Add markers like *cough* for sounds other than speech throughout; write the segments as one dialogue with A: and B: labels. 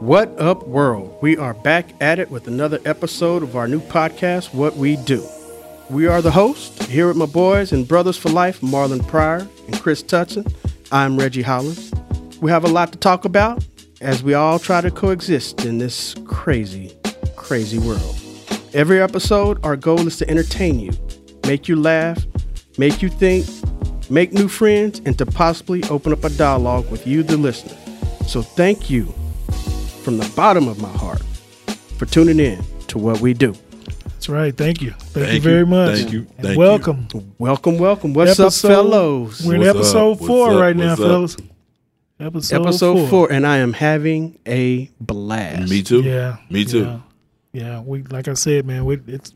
A: What up, world? We are back at it with another episode of our new podcast, What We Do. We are the host here with my boys and brothers for life, Marlon Pryor and Chris Tutson. I'm Reggie Hollins. We have a lot to talk about as we all try to coexist in this crazy, crazy world. Every episode, our goal is to entertain you, make you laugh, make you think, make new friends, and to possibly open up a dialogue with you, the listener. So thank you from the bottom of my heart for tuning in to what we do.
B: That's right. Thank you. Thank, you
C: Thank
B: very
C: you.
B: much.
C: Thank you.
B: And
C: Thank you.
B: welcome.
A: Welcome, welcome. What's
B: Episode-
A: up, fellows?
B: We're in
C: What's
B: episode
C: up? What's
B: four
C: up?
B: right now,
C: What's up?
B: fellas. Episode,
A: Episode
B: four.
A: four. and I am having a blast.
C: Me too.
B: Yeah.
C: Me too.
B: Yeah. Yeah, We like I said, man. We, it's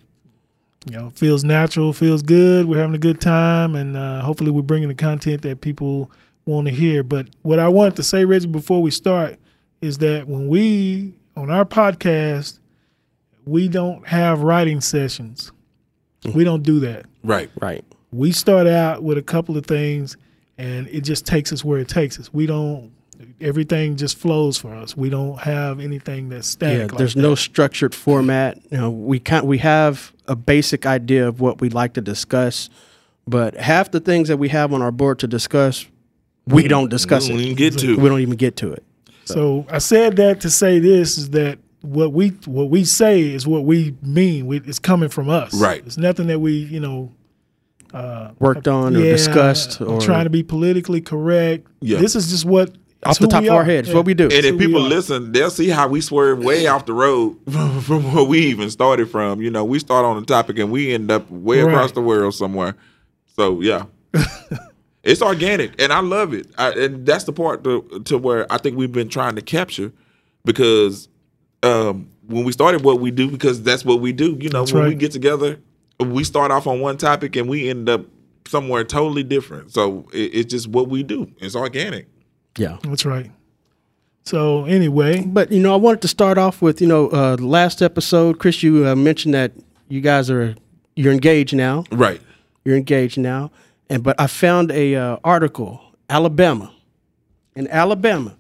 B: you know feels natural, feels good. We're having a good time, and uh, hopefully we're bringing the content that people want to hear. But what I wanted to say, Reggie, before we start, is that when we on our podcast, we don't have writing sessions. We don't do that.
C: Right.
A: Right.
B: we start out with a couple of things and it just takes us where it takes us. We don't everything just flows for us. We don't have anything that's static.
A: Yeah,
B: like
A: there's
B: that.
A: no structured format. You know, we can't. We have a basic idea of what we'd like to discuss, but half the things that we have on our board to discuss, we don't discuss it.
C: We don't even get to.
A: We don't even get to it.
B: So I said that to say this is that what we what we say is what we mean. We, it's coming from us.
C: Right.
B: It's nothing that we you know
A: Worked on or
B: yeah,
A: discussed
B: I'm
A: or
B: trying to be politically correct.
C: Yeah.
B: This is just what
A: off
B: it's
A: the
B: who
A: top
B: we
A: of our
B: are.
A: head. It's
B: Yeah.
A: what we do.
C: And if
B: who we
C: people
B: are.
C: listen, they'll see how we swerve way off the road *laughs* from, from where we even started from. You know, we start on a topic and we end up way
B: Right.
C: across the world somewhere.
B: *laughs*
C: So yeah, it's organic, and I love it. I, and that's the part to, to where I think we've been trying to capture because um, when we started what we do, because that's what we do. You know,
B: That's
C: when we
B: right.
C: get together, we start off on one topic and we end up somewhere totally different. So it, it's just what we do. It's organic.
A: yeah.
B: That's right. So anyway,
A: But you know, I wanted to start off with you know uh, last episode, Chris. You uh, mentioned that you guys are you're engaged now.
C: Right.
A: You're engaged now, and but I found a uh, article Alabama, in Alabama,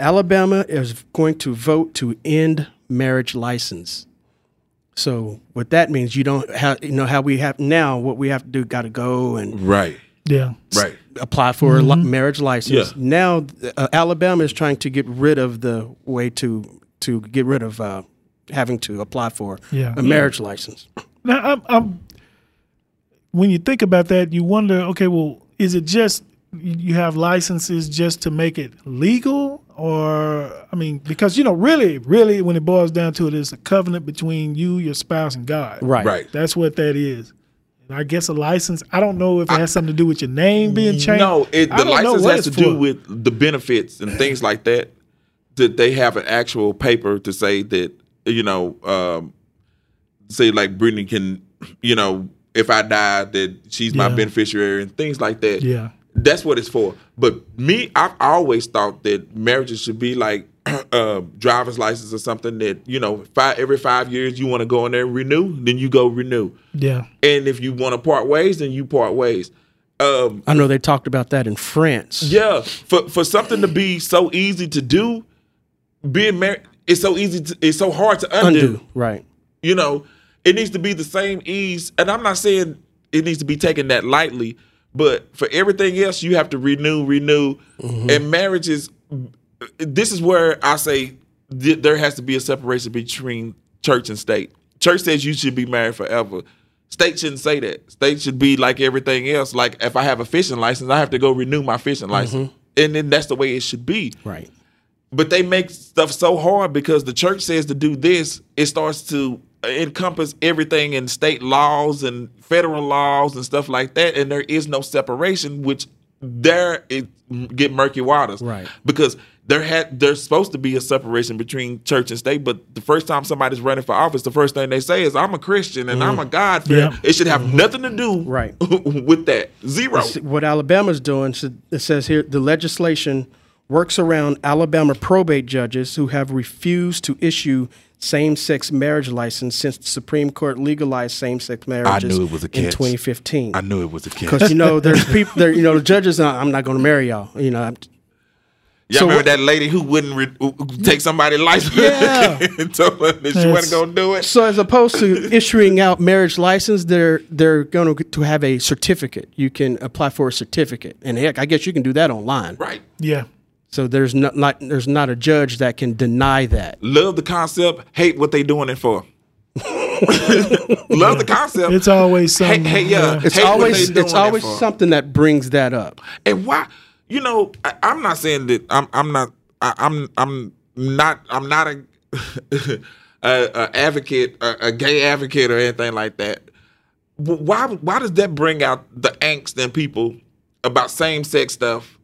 A: Alabama is going to vote to end marriage license. So what that means, you don't have you know how we have now. What we have to do, got to go and
C: Right.
B: yeah.
C: Right.
A: apply for a li- marriage license.
C: Mm-hmm. Yeah.
A: Now uh, Alabama is trying to get rid of the way to to get rid of uh, having to apply for
B: Yeah.
A: a marriage license.
B: Now, I'm, I'm, when you think about that, you wonder, okay, well, is it just you you have licenses just to make it legal, or I mean, because you know, really, really, when it boils down to it, it's a covenant between you, your spouse, and God.
A: Right.
C: Right.
B: That's what that is. And I guess a license. I don't know if it has something to do with your name being changed.
C: No, it,
B: I
C: the
B: don't know
C: license
B: what
C: has to
B: it's
C: do
B: for.
C: with the benefits and things like that. That they have an actual paper to say that you know, um, say like Brittany can, you know, if I die, that she's my
B: Yeah.
C: beneficiary and things like that.
B: Yeah.
C: that's what it's for. But me, I've always thought that marriages should be like *clears throat* uh, driver's license or something that you know, five, every five years you want to go in there and renew, then you go renew.
B: Yeah.
C: And if you want to part ways, then you part ways. Um,
A: I know they talked about that in France.
C: yeah, for for something to be so easy to do, being married it's so easy. To, it's so hard to undo,
A: Undo. Right.
C: You know, it needs to be the same ease. And I'm not saying it needs to be taken that lightly, but for everything else, you have to renew, renew. And marriage is. This is where I say th- there has to be a separation between church and state. Church says you should be married forever. State shouldn't say that. State should be like everything else. Like if I have a fishing license, I have to go renew my fishing license. And then that's the way it should be
A: Right.
C: but they make stuff so hard because the church says to do this it starts to encompass everything in state laws and federal laws and stuff like that and there is no separation which there it get murky waters
A: Right.
C: because there had there's supposed to be a separation between church and state but the first time somebody's running for office the first thing they say is i'm a christian and i'm a god
B: Yeah.
C: it should have nothing to do
A: Mm. Mm-hmm. Right.
C: *laughs* with that zero
A: See, What Alabama's doing, so it says here, the legislation works around Alabama probate judges who have refused to issue same-sex marriage license since the Supreme Court legalized same-sex marriages
C: it was a
A: in
C: catch.
A: 2015.
C: knew it was a kid
A: Because you know, there's people. There, you know, the judges. uh, I'm not going to marry y'all. You know, I'm-
C: Y'all
A: So
C: remember
A: what-
C: that lady who wouldn't re- who- who take somebody's
B: *laughs*
C: license
B: Yeah.
C: and *laughs* told her that she
B: That's-
C: wasn't gonna do it?
A: So as opposed to issuing out marriage license, they're they're going to to have a certificate. You can apply for a certificate, and heck, I guess you can do that online.
C: Right.
B: Yeah.
A: So there's not, not there's not a judge that can deny that.
C: Love the concept. Hate what they doing it for. *laughs* Love the concept.
B: It's always
C: hey,
B: something.
C: hey, yeah.
A: It's
C: hate what
A: always
C: they doing
A: it's
C: it
A: always
C: for.
A: something that brings that up.
C: And why? You know, I, I'm not saying that I'm. I'm not. I, I'm. I'm not. I'm not a, *laughs* a, a advocate, a, a gay advocate, or anything like that. But why? Why does that bring out the angst in people about same sex stuff?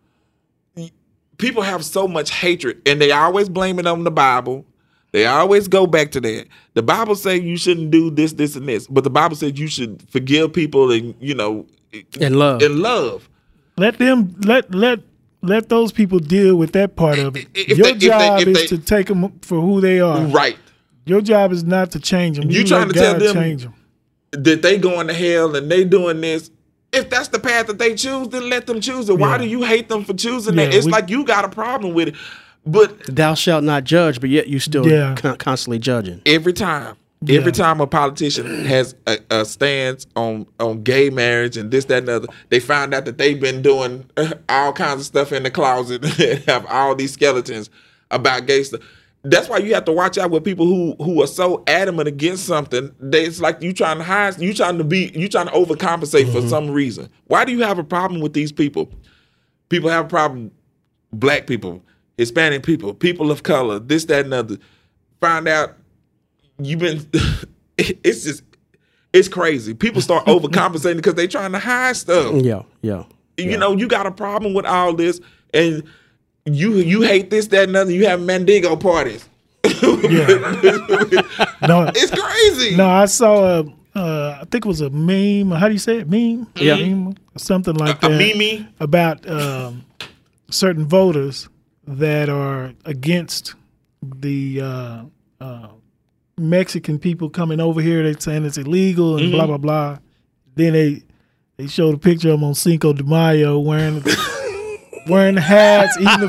C: People have so much hatred, and they always blame it on the Bible. They always go back to that. The Bible says you shouldn't do this, this, and this, but the Bible says you should forgive people and you know,
A: And love.
C: and love.
B: Let them let let let those people deal with that part of it.
C: If- if
B: Your
C: they- if they-
B: job
C: if
B: is
C: they-
B: to take them for who they are.
C: Right.
B: Your job is not to change them.
C: You trying
B: let
C: to tell
B: God
C: them-
B: change them?
C: that they going to hell and they doing this. If that's the path that they choose, then let them choose it. Why
B: Yeah.
C: do you hate them for choosing that?
B: Yeah,
C: It's
B: we-
C: like you got a problem with it. But
A: Thou shalt not judge, but yet you still
B: Yeah.
A: con- constantly judging.
C: every time, every time a politician has a, a stance on on gay marriage and this, that, and the other, they find out that they've been doing *laughs* uh, all kinds of stuff in the closet *laughs* and have all these skeletons about gay stuff. That's why you have to watch out with people who who are so adamant against something. They, it's like you trying to hide, you trying to be, you trying to overcompensate for some reason. Why do you have a problem with these people? People have a problem black people, Hispanic people, people of color, this, that, and other. Find out you've been. *laughs* It's just, it's crazy. People start
B: *laughs*
C: overcompensating because they trying to hide stuff.
A: Yeah, yeah.
C: You know, you got a problem with all this, and you you hate this, that, and other. You have Mandingo parties.
B: No,
C: It's
B: *laughs*
C: crazy.
B: no. I saw a. Uh, I think it was a meme. How do you say it? Meme. Yeah. Meme, something like
C: A
B: that.
C: meme.
B: about um, certain voters that are against the uh, uh, Mexican people coming over here. They're saying it's illegal and
A: Mm-hmm.
B: blah blah blah. Then they they showed a picture of them on Cinco de
A: *laughs*
B: Mayo wearing wearing hats, eating the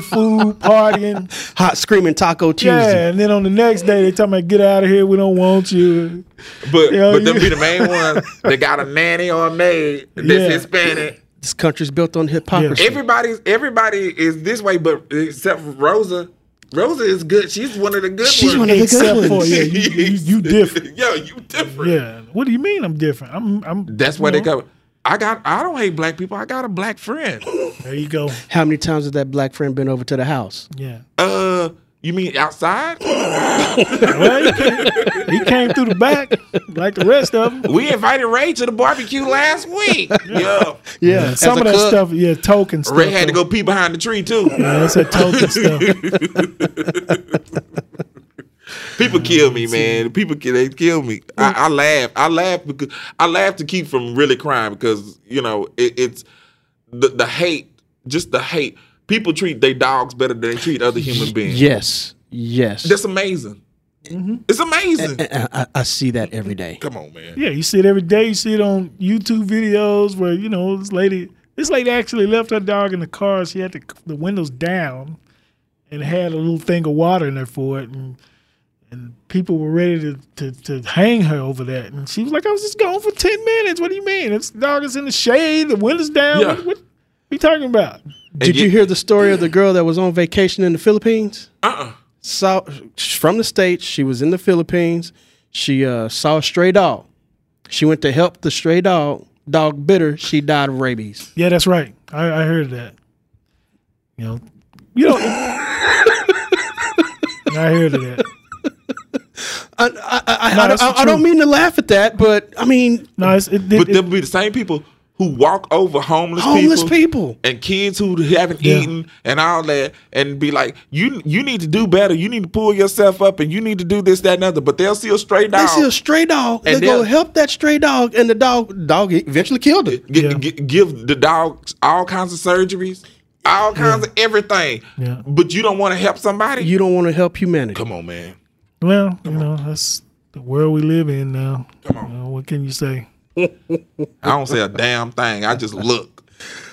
A: *laughs*
B: food, partying.
A: Hot screaming Taco Tuesday.
B: Yeah, and then on the next day they talking about get out of here. We don't want you.
C: But
B: Yo,
C: but them
B: you-
C: be the main ones that got a nanny or a maid that's
B: Yeah.
C: Hispanic.
A: This country's built on hypocrisy.
C: Everybody's everybody is this way, but except for Rosa. Rosa is good. She's one of the good
A: She's
C: ones.
A: one of the good
B: Except for
A: ones.
B: yeah, you, you, you different.
C: *laughs* Yo, you different.
B: Yeah. What do you mean I'm different? I'm I'm.
C: That's why
B: you
C: they
B: know,
C: go. I got. I don't hate black people. I got a black friend.
B: There you go.
A: How many times has that black friend been over to the house?
B: Yeah.
C: Uh, you mean outside?
B: Well, he came, he came through the back like the rest of them.
C: We invited Ray to the barbecue
B: *laughs*
C: last week. Yeah,
A: Yeah, as
B: Some
A: a
B: of that
A: cook.
B: stuff, yeah, token stuff.
C: Ray had to go pee behind the tree too.
B: Yeah, that's that token
C: *laughs*
B: stuff.
C: People kill me, man. People kill. They kill me. I,
A: Mm.
C: I laugh. I laugh because I laugh to keep from really crying because you know it, it's the the hate. Just the hate. People treat their dogs better than they treat
A: *laughs*
C: other human beings.
A: Yes, Mm-hmm. yes.
C: That's amazing. It's amazing.
A: I, I- I see that every day.
C: Come on, man.
B: Yeah, you see it every day. You see it on YouTube videos where you know this lady, this lady actually left her dog in the car. She had the, the windows down and had a little thing of water in there for it, and and people were ready to to, to hang her over that. And she was like, "I was just gone for ten minutes. What do you mean? This dog is in the shade. The windows down.
C: Yeah.
B: What, what are you talking about?"
A: Did you
C: yet-
A: hear the story of the girl that was on vacation in the Philippines?
C: Uh-uh.
A: Saw from the states. She was in the Philippines. She uh, saw a stray dog. She went to help the stray dog. Dog bit her. She died of rabies.
B: Yeah, that's right. I, I heard that. You know, you
C: *laughs*
B: know. I heard of that.
A: I, I, I,
B: No,
A: I,
B: that's
A: I,
B: the
A: I don't
B: truth.
A: mean to laugh at that, but I mean
B: No, it's, it,
C: But
B: it,
C: they'll be the same people who walk over homeless,
A: homeless
C: people,
A: people.
C: and kids who haven't
B: Yeah.
C: eaten and all that, and be like, "You you need to do better. You need to pull yourself up, and you need to do this, that, and other." But they'll see a stray dog.
A: They see a stray dog.
C: And
A: they go
C: they'll-
A: help that stray dog, and the dog dog eventually killed it.
C: Gi-
B: Yeah.
C: gi- give the dogs all kinds of surgeries, all kinds of everything.
B: Yeah.
C: But you don't want to help somebody.
A: You don't want to help humanity.
C: Come on, man.
B: well, you know, that's the world we live in now.
C: Come on.
B: You know, what can you say?
C: I don't say a damn thing. I just look.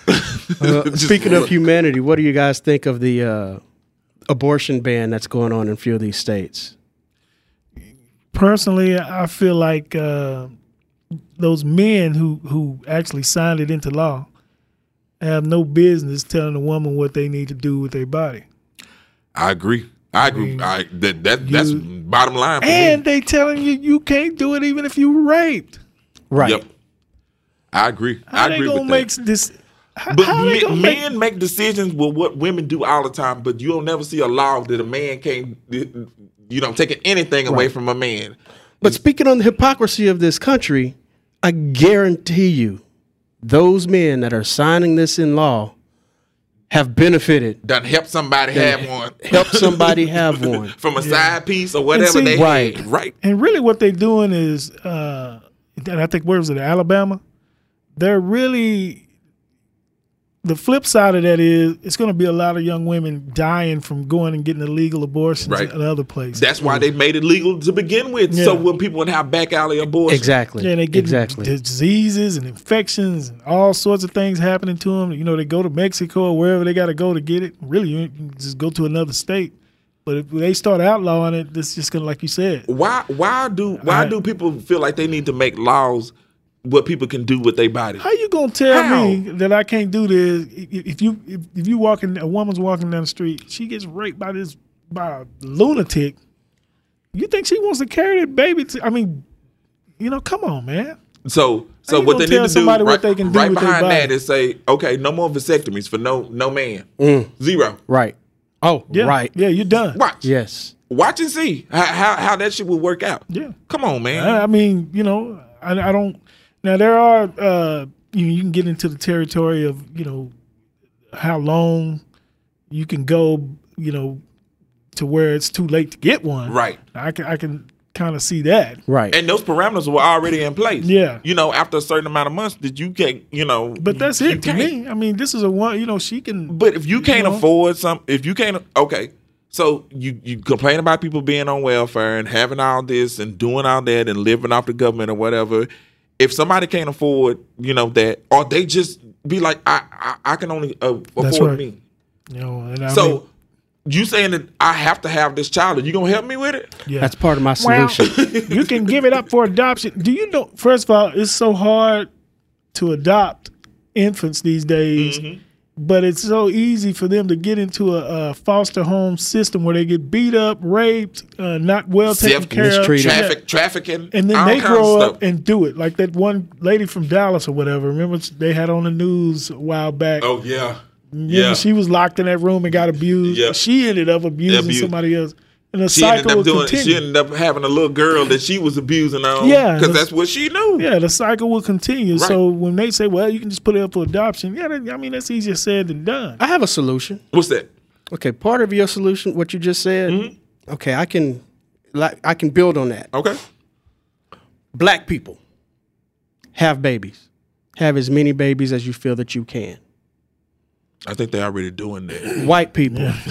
C: *laughs*
A: Uh, speaking of humanity, what do you guys think of the uh, abortion ban that's going on in a few of these states?
B: personally, I feel like uh, those men who who actually signed it into law have no business telling a woman what they need to do with their body,
C: I agree. I agree. I, that, that that's bottom line. For
B: and
C: me.
B: they telling you you can't do it even if you were raped.
A: Right.
C: Yep. I agree.
B: How
C: I
B: they
C: agree
B: gonna
C: with
B: make
C: that.
B: this? How,
C: But
B: how they
C: men,
B: gonna make-
C: men make decisions with what women do all the time. But you'll never see a law that a man can't, you know, taking anything away from a man.
A: But speaking on the hypocrisy of this country, I guarantee you, those men that are signing this in law have benefited,
C: That help somebody have one
A: helped
C: *laughs*
A: somebody have one.
C: from a side piece or whatever
B: see-
C: they
A: Right.
C: had. Right.
B: And really, what they're doing is, uh, and I think where was it, Alabama? They're really the flip side of that is it's going to be a lot of young women dying from going and getting illegal abortions
C: Right.
B: in other places.
C: That's why they made it legal to begin with. So
B: Yeah.
C: when people would have back alley abortions,
A: Exactly.
B: yeah, and they get
A: exactly.
B: diseases and infections and all sorts of things happening to them. You know, they go to Mexico or wherever they got to go to get it. Really, you can just go to another state. But if they start outlawing it, it's just going to, like you said,
C: why why do why
B: I-
C: do people feel like they need to make laws what people can do with their body?
B: How you gonna tell
C: How?
B: me that I can't do this? I- i- If you if, if you walking, a woman's walking down the street, she gets raped by this by a lunatic. You think she wants to carry that baby? To, I mean, you know, come on, man.
C: So so
B: you
C: what
B: gonna
C: they need
B: tell
C: to do
B: somebody what
C: right,
B: they can do
C: right
B: with their
C: behind that
B: body?
C: is say, okay, no more vasectomies for no no man.
A: Mm.
C: Zero.
A: Right. Oh,
B: Yeah,
A: right.
B: Yeah, you're done.
C: Watch.
A: Yes.
C: Watch and see how, how how that shit will work out.
B: Yeah.
C: Come on, man.
B: I, I mean, you know, I, I don't. Now there are uh, you know, you can get into the territory of you know how long you can go, you know, to where it's too late to get one.
C: Right.
B: I can I can kind of see that.
A: Right.
C: and those parameters were already in place.
B: Yeah.
C: You know, after a certain amount of months that you can't, you know.
B: But that's
C: you
B: it to
C: can't.
B: me. I mean, this is a one. You know, she can.
C: But if you can't
B: know?
C: afford some, if you can't, okay. So you you complain about people being on welfare and having all this and doing all that and living off the government or whatever. If somebody can't afford, you know that, or they just be like, I I, I can only uh,
B: That's
C: afford
B: right.
C: me.
B: You know, and I
C: So
B: mean,
C: you saying that I have to have this child? Are you gonna help me with it?
B: yeah.
A: That's part of my
B: Well,
A: solution.
C: *laughs*
B: you can give it up for adoption. Do you know? First of all, it's so hard to adopt infants these days,
C: Mm-hmm.
B: but it's so easy for them to get into a, a foster home system where they get beat up, raped, uh, not well taken
C: Self-
B: care of,
A: mistreated.
B: Yeah.
C: Traffic, trafficking,
B: and then
C: all
B: they
C: kinds of
B: grow up
C: stuff.
B: and do it. Like that one lady from Dallas or whatever. Remember they had on the news a while back.
C: oh yeah,
B: Yeah.
C: yeah.
B: she was locked in that room and got abused.
C: Yeah.
B: She ended up abusing
C: Abused.
B: somebody else. And the
C: she ended
B: cycle
C: up
B: would
C: doing.
B: continue.
C: She ended up having a little girl that she was abusing on.
B: Yeah,
C: because
B: that's-
C: that's what she knew.
B: yeah, the cycle will continue.
C: Right.
B: So when they say, well, you can just put it up for adoption, yeah, that, I mean, that's easier said than done.
A: I have a solution.
C: What's that?
A: Okay, part of your solution, what you just said.
C: Mm-hmm.
A: Okay, I can, like, I can build on that.
C: Okay.
A: Black people have babies. Have as many babies as you feel that you can.
C: I think they're already doing that.
A: White people. *laughs*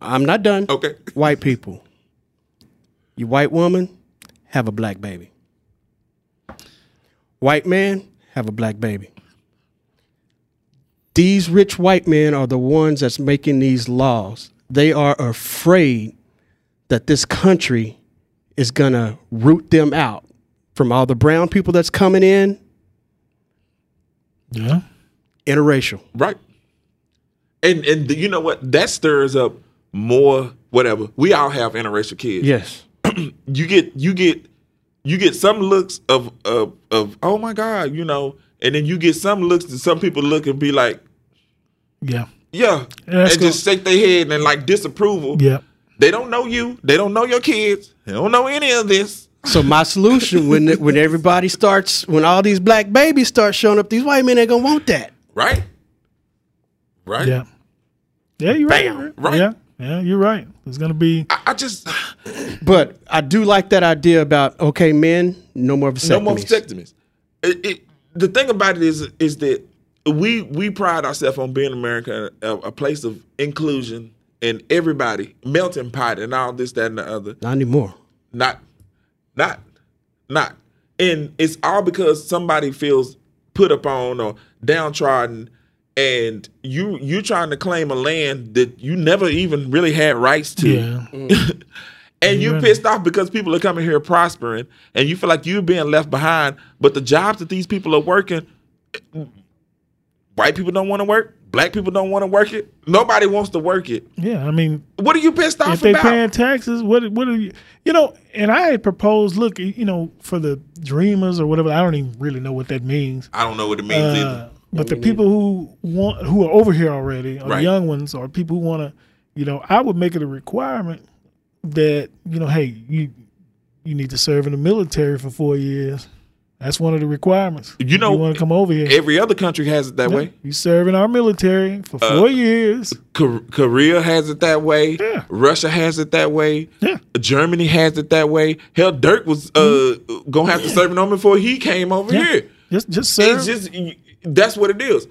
A: I'm not done.
C: Okay.
A: White people. You white woman, have a black baby. White man, have a black baby. These rich white men are the ones that's making these laws. They are afraid that this country is going to root them out from all the brown people that's coming in,
B: Yeah.
A: interracial.
C: Right. And and you know what? That stirs up more whatever. We all have interracial kids.
A: Yes.
C: You get you get you get some looks of of of oh my god, you know, and then you get some looks that some people look and be like,
B: Yeah.
C: yeah,
B: Yeah, that's
C: and just shake their head and like disapproval.
B: Yeah.
C: They don't know you. They don't know your kids. They don't know any of this.
A: So my solution when when everybody starts when all these black babies start showing up, these white men ain't gonna want that.
C: Right. Right.
B: Yeah. Yeah, you're right.
A: Bam.
C: Right.
B: Yeah. Yeah, you're right. It's going to be.
C: I, I just *sighs*
A: But I do like that idea about okay, men, no more vasectomies.
C: no more vasectomies. It, it, the thing about it is, is that we we pride ourselves on being America, a, a place of inclusion and everybody, melting pot, and all this, that, and the other.
A: Not anymore.
C: Not, not, not, and it's all because somebody feels put upon or downtrodden, and you you trying to claim a land that you never even really had rights to.
B: Yeah.
C: *laughs* And you pissed off because people are coming here prospering and you feel like you're being left behind, but the jobs that these people are working, white people don't want to work, black people don't want to work it, nobody wants to work it.
B: Yeah. I mean,
C: What are you pissed off
B: if they
C: about?
B: paying taxes, what what are you? You know, and I had proposed, look, you know, for the dreamers or whatever. I don't even really know what that means.
C: I don't know what it means
B: Uh,
C: either.
B: but the people who want who are over here already, or
C: Right.
B: the young ones, or people who want to, you know, I would make it a requirement that you know, hey, you you need to serve in the military for four years. That's one of the requirements.
C: You know-
B: you want to come over here.
C: Every other country has it that way.
B: You serve in our military for
C: Uh,
B: four years.
C: Kor- Korea has it that way.
B: Yeah.
C: Russia has it that way.
B: Yeah.
C: Germany has it that way. Hell, Dirk was uh, gonna have to serve an army before he came over
B: Mm-hmm. Yeah.
C: here.
B: Just just serve.
C: It's just y- that's what it is.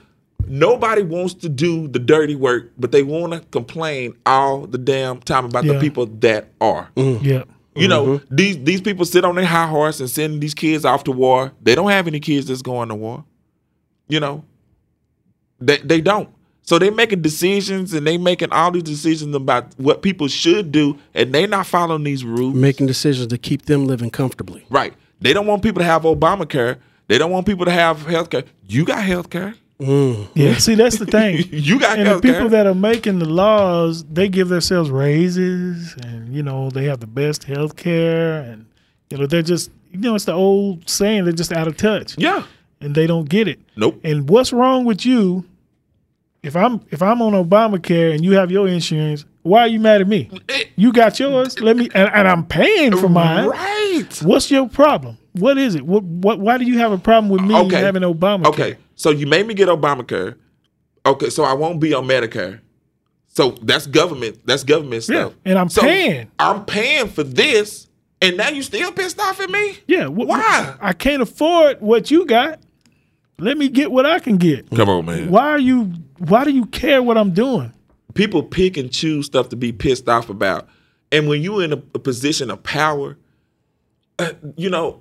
C: Nobody wants to do the dirty work, but they want to complain all the damn time about the
B: Yeah.
C: people that are.
B: yeah.
C: You know,
B: Mm-hmm.
C: these these people sit on their high horse and send these kids off to war. They don't have any kids that's going to war. You know, they they don't. So they making decisions and they making all these decisions about what people should do, and they not following these rules.
A: Making decisions to keep them living comfortably.
B: Mm-hmm.
C: Right. They don't want people to have Obamacare. They don't want people to have health care. You got health care.
B: Yeah. See, that's the thing.
C: *laughs* You got
B: and the
C: health
B: people
C: care.
B: that are making the laws, they give themselves raises, and you know they have the best health care, and you know they're just you know it's the old saying they're just out of touch,
C: Yeah.
B: and they don't get it.
C: Nope.
B: And what's wrong with you? If I'm if I'm on Obamacare and you have your insurance, why are you mad at me? You got yours. Let me and, and I'm paying for mine.
C: Right.
B: What's your problem? What is it? What what? Why do you have a problem with me
C: Okay.
B: having Obamacare?
C: Okay. So you made me get Obamacare. Okay. So I won't be on Medicare. So that's government. That's government stuff.
B: and I'm
C: So
B: paying.
C: I'm paying for this, and now you still pissed off at me?
B: Yeah. wh- wh-
C: Why?
B: I can't afford what you got. Let me get what I can get.
C: Come on, man.
B: Why are you? Why do you care what I'm doing?
C: people pick and choose stuff to be pissed off about. And when you're in a, a position of power, uh, you know,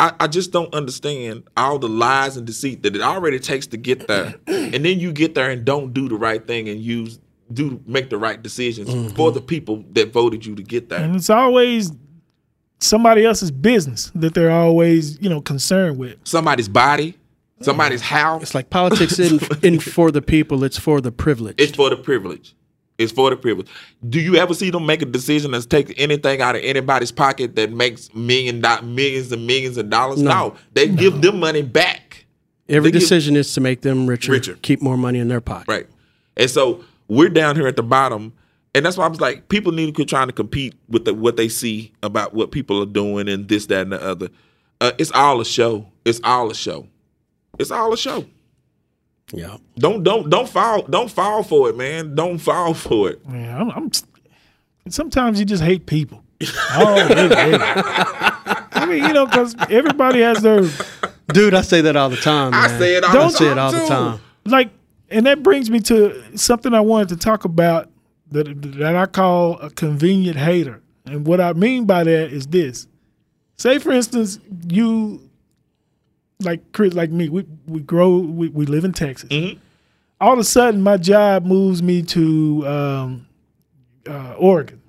C: I, I just don't understand all the lies and deceit that it already takes to get there. and then you get there and don't do the right thing and use do make the right decisions
A: Mm-hmm.
C: for the people that voted you to get there.
B: And it's always somebody else's business that they're always you know concerned with.
C: Somebody's body, somebody's house.
A: Mm. It's like politics
C: *laughs*
A: isn't in for the people, it's for the privileged.
C: It's for the privilege. It's for the privilege. Do you ever see them make a decision that's take anything out of anybody's pocket that makes million do- millions and millions of dollars? No, they give them money back,
A: Every
C: they get-
A: decision is to make them richer,
C: Richer.
A: keep more money in their pocket.
C: right? And so we're down here at the bottom, and that's why I was like, people need to quit trying to compete with the, what they see about what people are doing and this, that, and the other. Uh, it's all a show. It's all a show. It's all a show.
A: Yeah.
C: Don't don't don't fall don't fall for it, man. Don't fall for it.
B: Man, I'm, I'm sometimes you just hate people. Oh, really, really. I mean, you know, because everybody has their
A: Dude, I say that all the time.
C: I
A: man.
C: say it all
B: Don't
C: the
A: say
C: time.
A: it all the
C: too.
A: time.
B: like and that brings me to something i wanted to talk about that, that i call a convenient hater and what i mean by that is this say for instance you like chris like me we, we grow we, we live in texas
C: Mm-hmm.
B: all of a sudden my job moves me to um, uh, oregon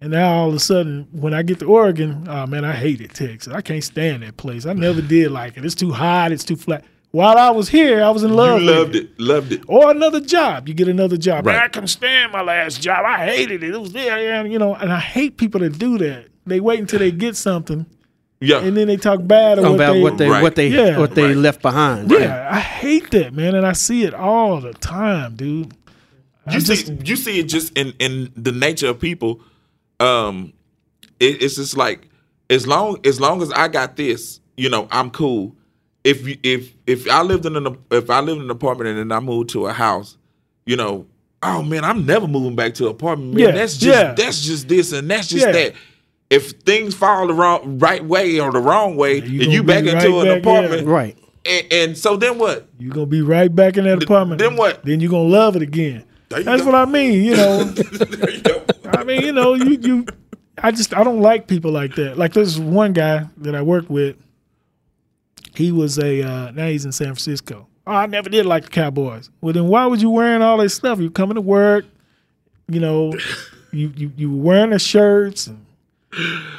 B: and now all of a sudden, when I get to Oregon, oh man, I hated Texas. I can't stand that place. I
C: *laughs*
B: never did like it. It's too hot. It's too flat. While I was here, I was in love.
C: You
B: with
C: loved it. Loved it.
B: Or another job. You get another job.
C: Right.
B: Man, I couldn't stand my last job. I hated it. It was there, yeah, you know. And I hate people that do that. They wait until they get something,
C: Yeah.
B: and then they talk bad or
A: About what they
C: Right.
A: what they
B: Yeah.
A: what they
C: Right.
A: left behind.
B: Yeah, I hate that, man. And I see it all the time, dude.
C: you see, you see it just in in the nature of people. Um, it, it's just like as long as long as I got this, you know, I'm cool. If you, if if I lived in an if I lived in an apartment and then I moved to a house, you know, oh man, I'm never moving back to an apartment. Man,
B: Yeah,
C: that's just
B: yeah.
C: that's just this and that's just
B: Yeah.
C: that. If things fall the wrong right way or the wrong way,
B: you
C: and you
B: gonna
C: back
B: be
C: into
B: right
C: an
B: back, yeah.
C: apartment,
A: Right.
C: and, and so then what? *laughs*
B: You're gonna be right back in that apartment.
C: then what?
B: Then you're gonna love it again.
C: There you
B: That's
C: go.
B: what I mean, you know.
C: There you go.
B: I mean, you know, you you I just I don't like people like that. Like there's one guy that I worked with. He was a uh, now he's in San Francisco. oh, I never did like the Cowboys. Well, then why was you wearing all this stuff? You coming to work, you know, you you you were wearing the shirts and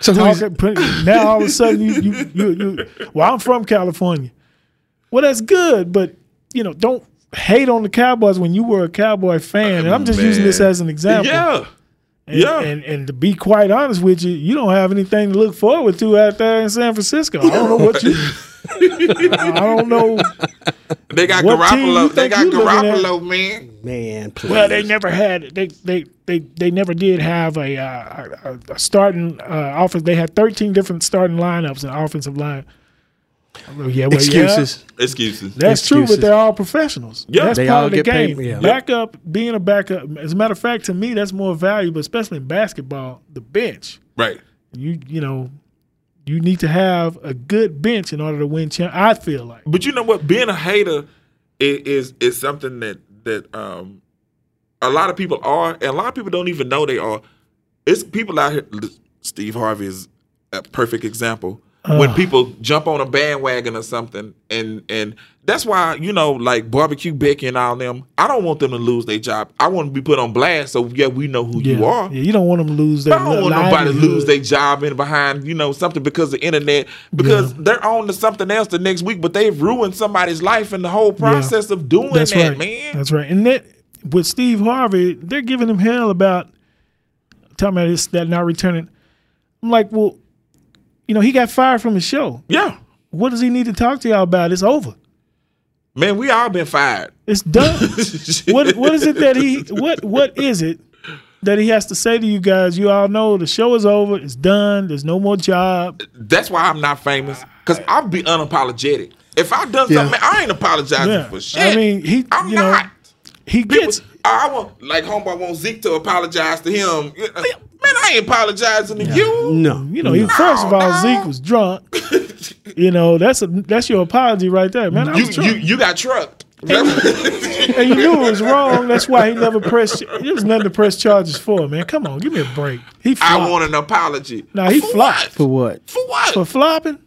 A: So who's,
B: talking. Put, now all of a sudden you you, you you well, I'm from California. Well, that's good, but you know, don't hate on the Cowboys when you were a Cowboy fan. And I'm just using this
C: Man.
B: as an example.
C: Yeah.
B: And,
C: Yeah.
B: and and to be quite honest with you, you don't have anything to look forward to out there in San Francisco. I don't know what you. I don't know.
C: They got
B: What team you
C: Garoppolo. They
B: think
C: got
B: you looking at?
C: Garoppolo, man.
A: man, please.
B: Well, they never had. They they they they never did have a uh, a, a starting uh, offense. They had thirteen different starting lineups and offensive line. Oh, Yeah, well, yeah.
A: Excuses.
C: Excuses.
B: That's true,
A: Excuses.
B: but they're all professionals.
C: Yeah.
B: that's
A: They
B: part
A: all
B: of the
A: get paid,
B: game.
A: yeah.
B: Backup, being a backup. As a matter of fact, to me, that's more valuable, especially in basketball. The bench.
C: Right.
B: You you know, you need to have a good bench in order to win. Champ- I feel like
C: But you know what? Being a hater is is, is something that that um, a lot of people are, and a lot of people don't even know they are. It's people out here. Steve Harvey is a perfect example.
B: Uh.
C: when people jump on a bandwagon or something, and and that's why you know, like barbecue Becky and all them. I don't want them to lose their job. I want to be put on blast. So yeah, we know who you are.
B: Yeah, you don't want them to lose their.
C: I don't want nobody to lose their job in behind, you know, something because of the internet, because they're on to something else the next week, but they've ruined somebody's life in the whole process of doing
B: That's
C: that,
B: right,
C: man.
B: That's right. And that with Steve Harvey, they're giving him hell about talking about this that not returning. I'm like, well, you know, he got fired from his show.
C: yeah.
B: What does he need to talk to y'all about? It's over.
C: Man, we all been fired.
B: It's
C: *laughs*
B: done. what what is it that he what what is it that he has to say to you guys? You all know the show is over. It's done. There's no more job.
C: That's why I'm not famous, because I'll be unapologetic. If I done
A: Yeah.
C: something, I ain't apologizing
B: Yeah.
C: for shit.
B: I mean, he
C: I'm
B: you know
C: not.
B: he gets
C: I want, like, homeboy wants Zeke to apologize to him. Man, I ain't apologizing to you.
A: no,
B: You know, he, first of all,
C: no.
B: Zeke was drunk.
C: *laughs*
B: you know, that's a that's your apology right there, man. I
C: You,
B: was
C: you,
B: drunk,
C: you got trucked. *laughs*
B: *laughs* and you knew it was wrong. That's why he never pressed. There was nothing to press charges for, man. Come on, give me a break. He flopped.
C: I want an apology.
B: Nah, he
C: For
B: flopped.
C: what?
A: for what?
C: For what?
B: for flopping.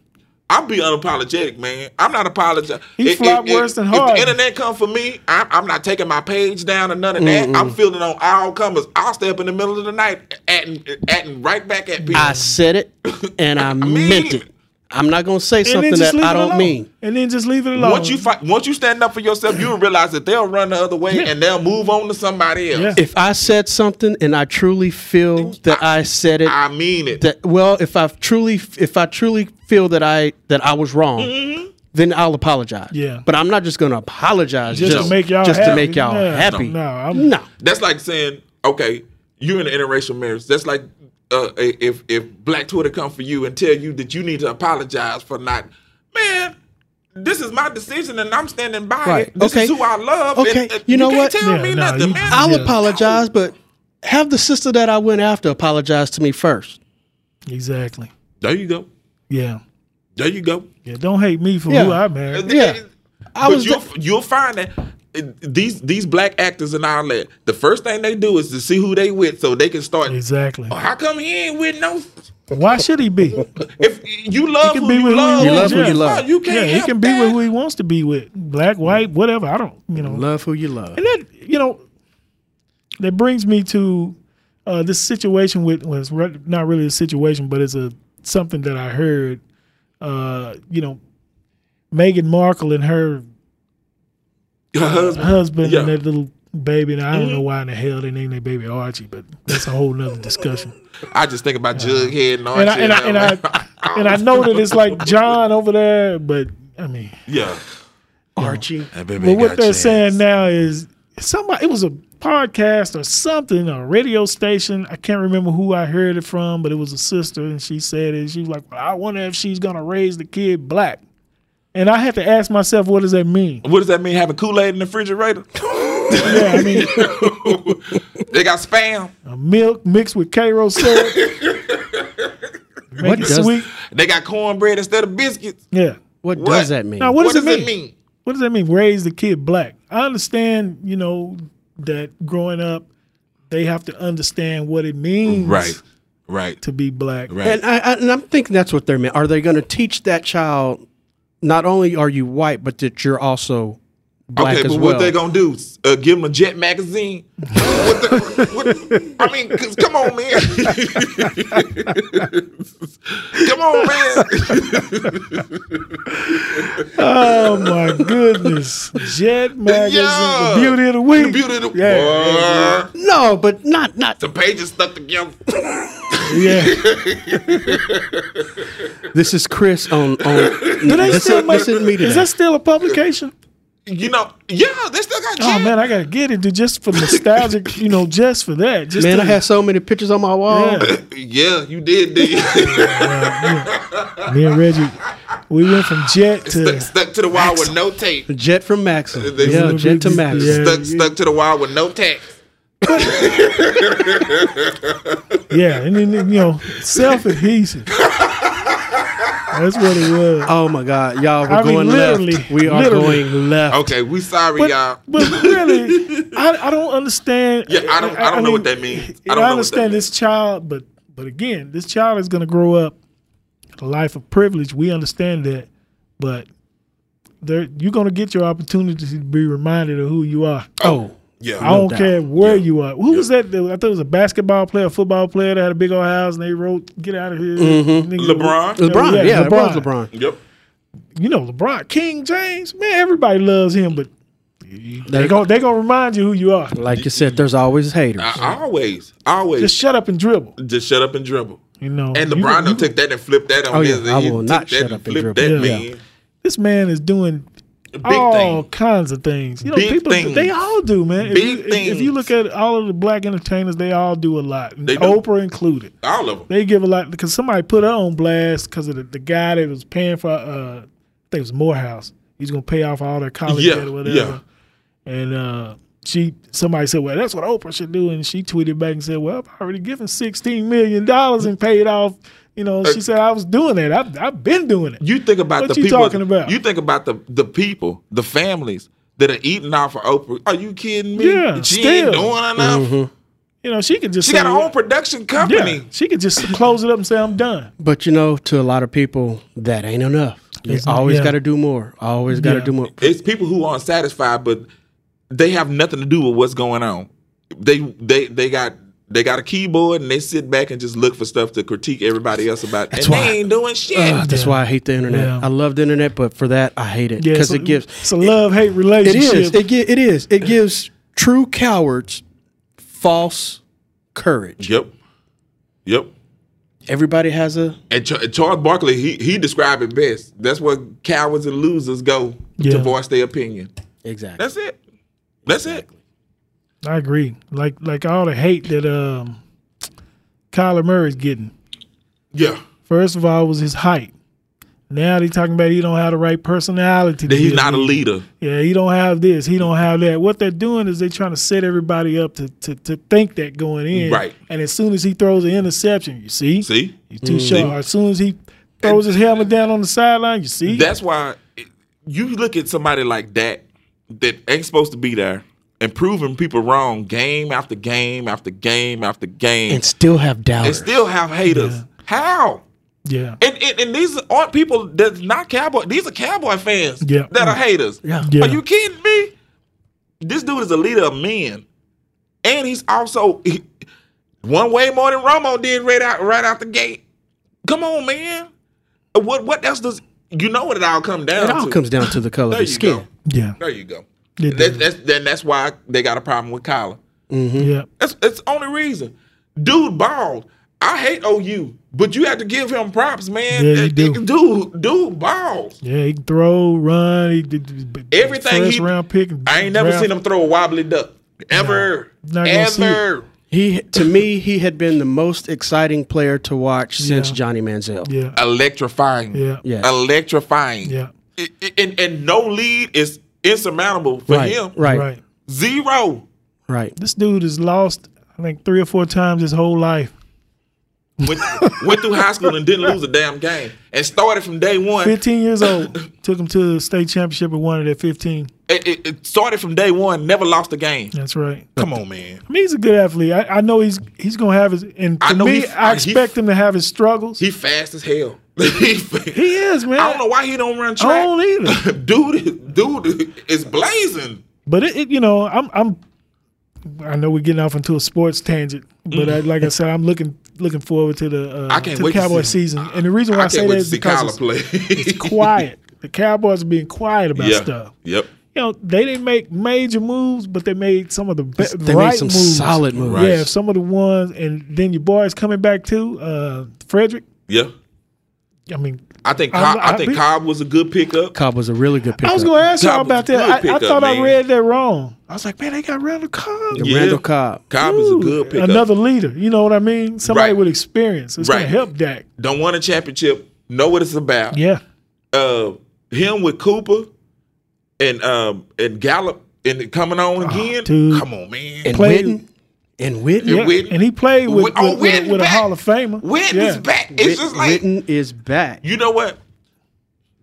C: I'll be unapologetic, man. I'm not apologizing.
B: He flopped worse than
C: If
B: Harden.
C: the internet come for me, I'm, I'm not taking my page down or none of that. I'm feeling on all comers. I'll stay up in the middle of the night, acting, acting right back at people.
A: I said it and I meant it. I'm not gonna say
B: And
A: something
B: then just
A: that
B: leave
A: I
B: it
A: don't
B: alone.
A: mean.
B: And then just leave it alone.
C: once you fight, once you stand up for yourself, you'll realize that they'll run the other way
B: Yeah.
C: and they'll move on to somebody else.
B: Yeah.
A: If I said something and I truly feel that I, said it,
C: I mean it.
A: that well, if I truly if I truly feel that I that I was wrong, then I'll apologize.
B: Mm-hmm. Yeah.
A: but I'm not just gonna apologize
B: just, to make y'all
A: just
B: happy.
A: to make y'all
B: Yeah.
A: happy.
B: No, I'm,
A: no.
C: That's like saying, okay, you're in an interracial marriage. That's like uh, if if Black Twitter come for you and tell you that you need to apologize for not, man. This is my decision, and I'm standing by
A: Right.
C: it. This
A: Okay.
C: is who I love.
A: Okay.
C: and, and
A: You know
C: can't
A: what?
C: Tell
B: Yeah,
C: me
B: no,
C: nothing,
B: you-
C: man.
A: I'll
B: Yeah.
A: apologize, but have the sister that I went after apologize to me first.
B: exactly.
C: there you go.
B: Yeah,
C: There you go.
B: yeah. Don't hate me for
A: Yeah.
B: who I married.
A: Yeah. I
C: but
A: was
C: you'll, you'll find that uh, these these black actors and all that. The first thing they do is to see who they with, so they can start.
B: Exactly.
C: How come he ain't with no?
B: Why should he be?
C: If you love
B: can
C: who
B: be
C: you
B: with who
C: love,
B: you love who you
C: fuck,
A: love.
C: You can't.
B: Yeah, he
C: help
B: can be
C: that.
B: with who he wants to be with. Black, white, whatever. I don't, you know.
A: love who you love.
B: And that, you know, that brings me to uh, this situation with, well, it's re- not really a situation, but it's a something that I heard. Uh, you know, Meghan Markle and her
C: *laughs* Her husband.
B: husband
C: Yeah.
B: and that little baby, and I don't know why in the hell they named their baby Archie, but that's a whole nother discussion.
C: I just think about Jughead and all
B: and
C: that.
B: I and I and I, and I know that it's like John over there, but I mean.
C: *laughs* yeah.
A: Archie.
B: But what they're saying now is somebody. It was a podcast or something, a radio station. I can't remember who I heard it from, but it was a sister, and she said it. She was like, "Well, I wonder if she's gonna raise the kid black." And I had to ask myself, what does that mean?
C: What does that mean? Having Kool Aid in the refrigerator?
B: Yeah, I mean,
C: *laughs* they got spam.
B: a milk mixed with Cairo syrup.
C: *laughs*
B: Make
A: What
B: it
A: does-
B: sweet.
C: They got cornbread instead of biscuits.
B: Yeah.
A: What,
C: What?
A: does that mean?
B: Now,
C: What,
B: what,
C: does,
B: does, mean?
C: it mean?
B: What does that mean? Raise the kid black. I understand, you know, that growing up, they have to understand what it means
C: Right.
B: to be black.
A: And I, I and I'm thinking that's what they're meant. Are they going to teach that child not only are you white, but that you're also black
C: okay,
A: as
C: but
A: well.
C: what they gonna do? Uh, give them a Jet magazine? what the, what, I mean, 'cause come on, man. *laughs* come
B: *laughs*
C: on, man.
B: Oh my goodness! Jet magazine,
C: Yeah.
B: the beauty of the week.
C: the *laughs* beauty of the
B: Yeah.
C: Boy,
A: no, but not not
C: The pages stuck together. *laughs*
B: yeah.
A: This is Chris on on.
B: *laughs* Do they
A: this
B: still
A: ain't-
B: make,
A: this ain't me
B: Is
A: today.
B: that still a publication?
C: You know, yeah, they still got
B: Oh
C: Jet.
B: man, I gotta get it dude, just for nostalgic. You know, just for that. Just
A: Man,
B: to,
A: I had so many pictures on my wall.
B: Yeah.
C: Yeah, you did, did
B: Me and Reggie, we went from Jet
C: stuck,
B: to
C: stuck to the wall with no tape.
A: Jet from Maxim.
C: They-
A: yeah, Jet to Maxim.
B: Yeah.
C: Stuck, stuck to the wall with no tax.
B: yeah, and then you know, self adhesive. That's what it was.
A: Oh my God, y'all, we're
B: I mean,
A: going
B: literally,
A: left. We are
B: literally.
A: going left.
C: Okay, we sorry, y'all.
B: But, but really, I, I don't understand.
C: Yeah, I don't- I don't know what that means. I
B: I,
C: don't know what that
B: understand this child, but but again, this child is going to grow up a life of privilege. We understand that, but there you're going to get your opportunity to be reminded of who you are.
A: Oh,
C: Yeah.
B: I don't
A: doubt.
B: care where you are. Who was that? I thought it was a basketball player, a football player that had a big old house, and they wrote "Get out of here, nigga."
C: Mm-hmm. LeBron?
A: LeBron.
B: Yeah,
A: Yeah, it was
B: LeBron.
A: LeBron.
C: Yep.
B: You know LeBron, King James, man. Everybody loves him, but they
A: They-
B: going they gonna remind you who you are.
A: Like you said, there's always haters.
C: I, always, always
B: Just
C: just,
B: shut up and dribble.
C: shut up and dribble.
B: You know,
C: And
B: You-
C: LeBron
B: you-
C: done took that and flipped that on
A: Oh, yeah,
C: his.
A: I
C: he
A: will
C: took
A: not
C: that
A: shut
C: and
A: up and
C: flipped
A: dribble.
C: that
B: Yeah.
C: man.
B: this man is doing
C: Big
B: all
C: thing.
B: kinds of things. You know,
C: Big
B: people
C: things.
B: they all do, man. If
C: Big
B: you, if- If you
C: things.
B: look at all of the black entertainers, they all do a lot.
C: They do.
B: Oprah included.
C: All of them.
B: They give a lot because somebody put her on blast because of the, the guy that was paying for. Uh, I think it was Morehouse. He's gonna pay off all their college
C: Yeah,
B: debt or whatever.
C: yeah.
B: And uh, she, somebody said, "Well, that's what Oprah should do." And she tweeted back and said, "Well, I've already given sixteen million dollars and paid off." You know,
C: Uh,
B: she said, "I was doing that. I've, I've been doing it."
C: You think about
B: What
C: the
B: you
C: people.
B: talking about?
C: You think about the the people, the families that are eating off of Oprah. Are you kidding me?
B: Yeah,
C: she
B: still.
C: ain't doing enough.
B: You know, she could just
C: She
B: say,
C: got her own production
B: yeah,
C: company.
B: she could just close it up and say, "I'm done."
A: But you know, to a lot of people, that ain't enough. You
B: It's-
A: always
B: yeah.
A: got to do more. Always got to
B: Yeah.
A: do more.
C: It's people who aren't satisfied, but they have nothing to do with what's going on. They they they got they got a keyboard and they sit back and just look for stuff to critique everybody else about, and
A: why- Ah,
C: they ain't doing shit.
A: Ugh, that's
B: Yeah.
A: why I hate the internet.
B: Yeah.
A: I love the internet, but for that, I hate it
B: Yeah,
A: because
B: so
A: it gives
B: it's a love hate
A: It
B: relationship.
A: is. It, gi- it is. It gives true cowards false courage.
C: yep, yep.
A: Everybody has a.
C: And Ch- Charles Barkley, he he described it best. That's where cowards and losers go
B: Yeah.
C: to voice their opinion.
A: Exactly.
C: That's it. That's it.
B: I agree. Like like all the hate that um Kyler Murray's getting.
C: Yeah.
B: First of all, was his height. Now they talking about he don't have the right personality. to
C: That he's
B: be
C: not a leader.
B: Yeah, he don't have this. He don't have that. What they're doing is they're trying to set everybody up to to, to think that going in.
C: Right.
B: And as soon as he throws an interception, you see,
C: See,
B: you too
A: Mm-hmm.
B: short. As soon as he throws his helmet down on the sideline, you see.
C: that's why it- you look at somebody like that that ain't supposed to be there and proving people wrong game after game after game after game,
A: And still have
C: and
A: doubters.
C: still have haters. How?
B: yeah.
C: And, and and these aren't people that's not cowboy. These are cowboy fans
B: Yeah. Mm.
C: that are haters.
A: Yeah.
B: Yeah.
C: Are you kidding me? This dude is a leader of men, and he's also he- one way more than Romo did right out right out the gate. Come on, man. What what else does you know what it all come
A: it
C: down?
A: all
C: to.
A: comes down to the color
C: There
A: of
C: you
A: the skin.
C: go.
B: Yeah.
C: There you go.
B: It
C: That's, that's, then that's why they got a problem with Kyler.
A: Mm-hmm.
B: Yeah.
C: That's that's the only reason. Dude bald. I hate OU, but you have to give him props, man.
B: Yeah, you do.
C: Dude, dude balls.
B: Yeah, he can throw, run, he did- did did-
C: Everything
B: First
C: he-
B: round pick.
C: I ain't never seen him throw a wobbly duck. Ever.
B: Not gonna see
C: Ever.
A: He to me, he had been the most exciting player to watch since Johnny Manziel.
B: Yeah,
C: Electrifying.
B: yeah, yeah,
A: Yeah.
C: Electrifying.
B: yeah.
C: I- I- and, and no lead is insurmountable for
A: Right,
C: him.
A: right. Right.
B: Right.
C: Zero.
A: Right.
B: This dude is lost. I think three or four times his whole life.
C: Went, *laughs* went through high school and didn't lose a damn game. And started from day one.
B: Fifteen years
C: *laughs*
B: old, took him to the state championship and won it at fifteen.
C: It, it, it started from day one, never lost a game.
B: That's right.
C: Come on, man.
B: I mean, he's a good athlete. I, I know he's he's gonna have his. And
C: I
B: to
C: know
B: me,
C: he-
B: I
C: he-
B: expect him to have his struggles.
C: He fast as hell. *laughs* I
B: He is, man.
C: don't know why he don't run
B: I
C: track.
B: don't either.
C: *laughs* dude, dude is blazing.
B: But it, it you know, I'm I'm I know we're getting off into a sports tangent, but I, like I said, I'm looking looking forward to the uh,
C: I can't
B: to
C: wait to
B: Cowboy
C: see-
B: season. And the reason why I,
C: I
B: say
C: can't
B: that
C: wait to
B: is
C: see
B: because
C: Kyler
B: it's
C: play. *laughs* It's
B: quiet. The Cowboys are being quiet about
C: yeah.
B: stuff.
C: Yep.
B: You know, they didn't make major moves, but they made some of the be-
A: They
B: right
A: made some
B: moves.
A: solid moves.
C: Right.
B: Yeah, some of the ones, and then your boy is coming back too, uh, Frederick.
C: Yeah.
B: I mean,
C: I think
B: I'm-
C: Cobb, I,
B: I
C: think
B: be-
C: Cobb was a good pickup.
A: Cobb was a really good pickup.
B: I was going to ask y'all
C: Cobb was
B: about
C: a good
B: that. I, I
C: pickup,
B: thought I
C: man.
B: read that wrong. I was like, man, they got Randall Cobb.
C: Yeah.
A: Randall Cobb.
C: Cobb is a
B: Ooh,
C: good pickup.
B: Another leader. You know what I mean? Somebody
C: Right.
B: with experience. It's
C: Right.
B: gonna help Dak.
C: Don't win a championship. Know what it's about.
B: Yeah.
C: Uh, him with Cooper and um and Gallup and coming on again.
B: Ah, dude.
C: Come on, man.
A: And
B: Played-
A: Witten. And Witten.
B: yeah.
C: Witten-
B: And he played with,
C: Witten- oh,
B: with, with-
C: Witten's
B: with a
C: back.
B: Hall of Famer.
C: Witten
B: yeah.
C: is back. It's
A: Wit-
C: just like
A: Witten is back.
C: you know what?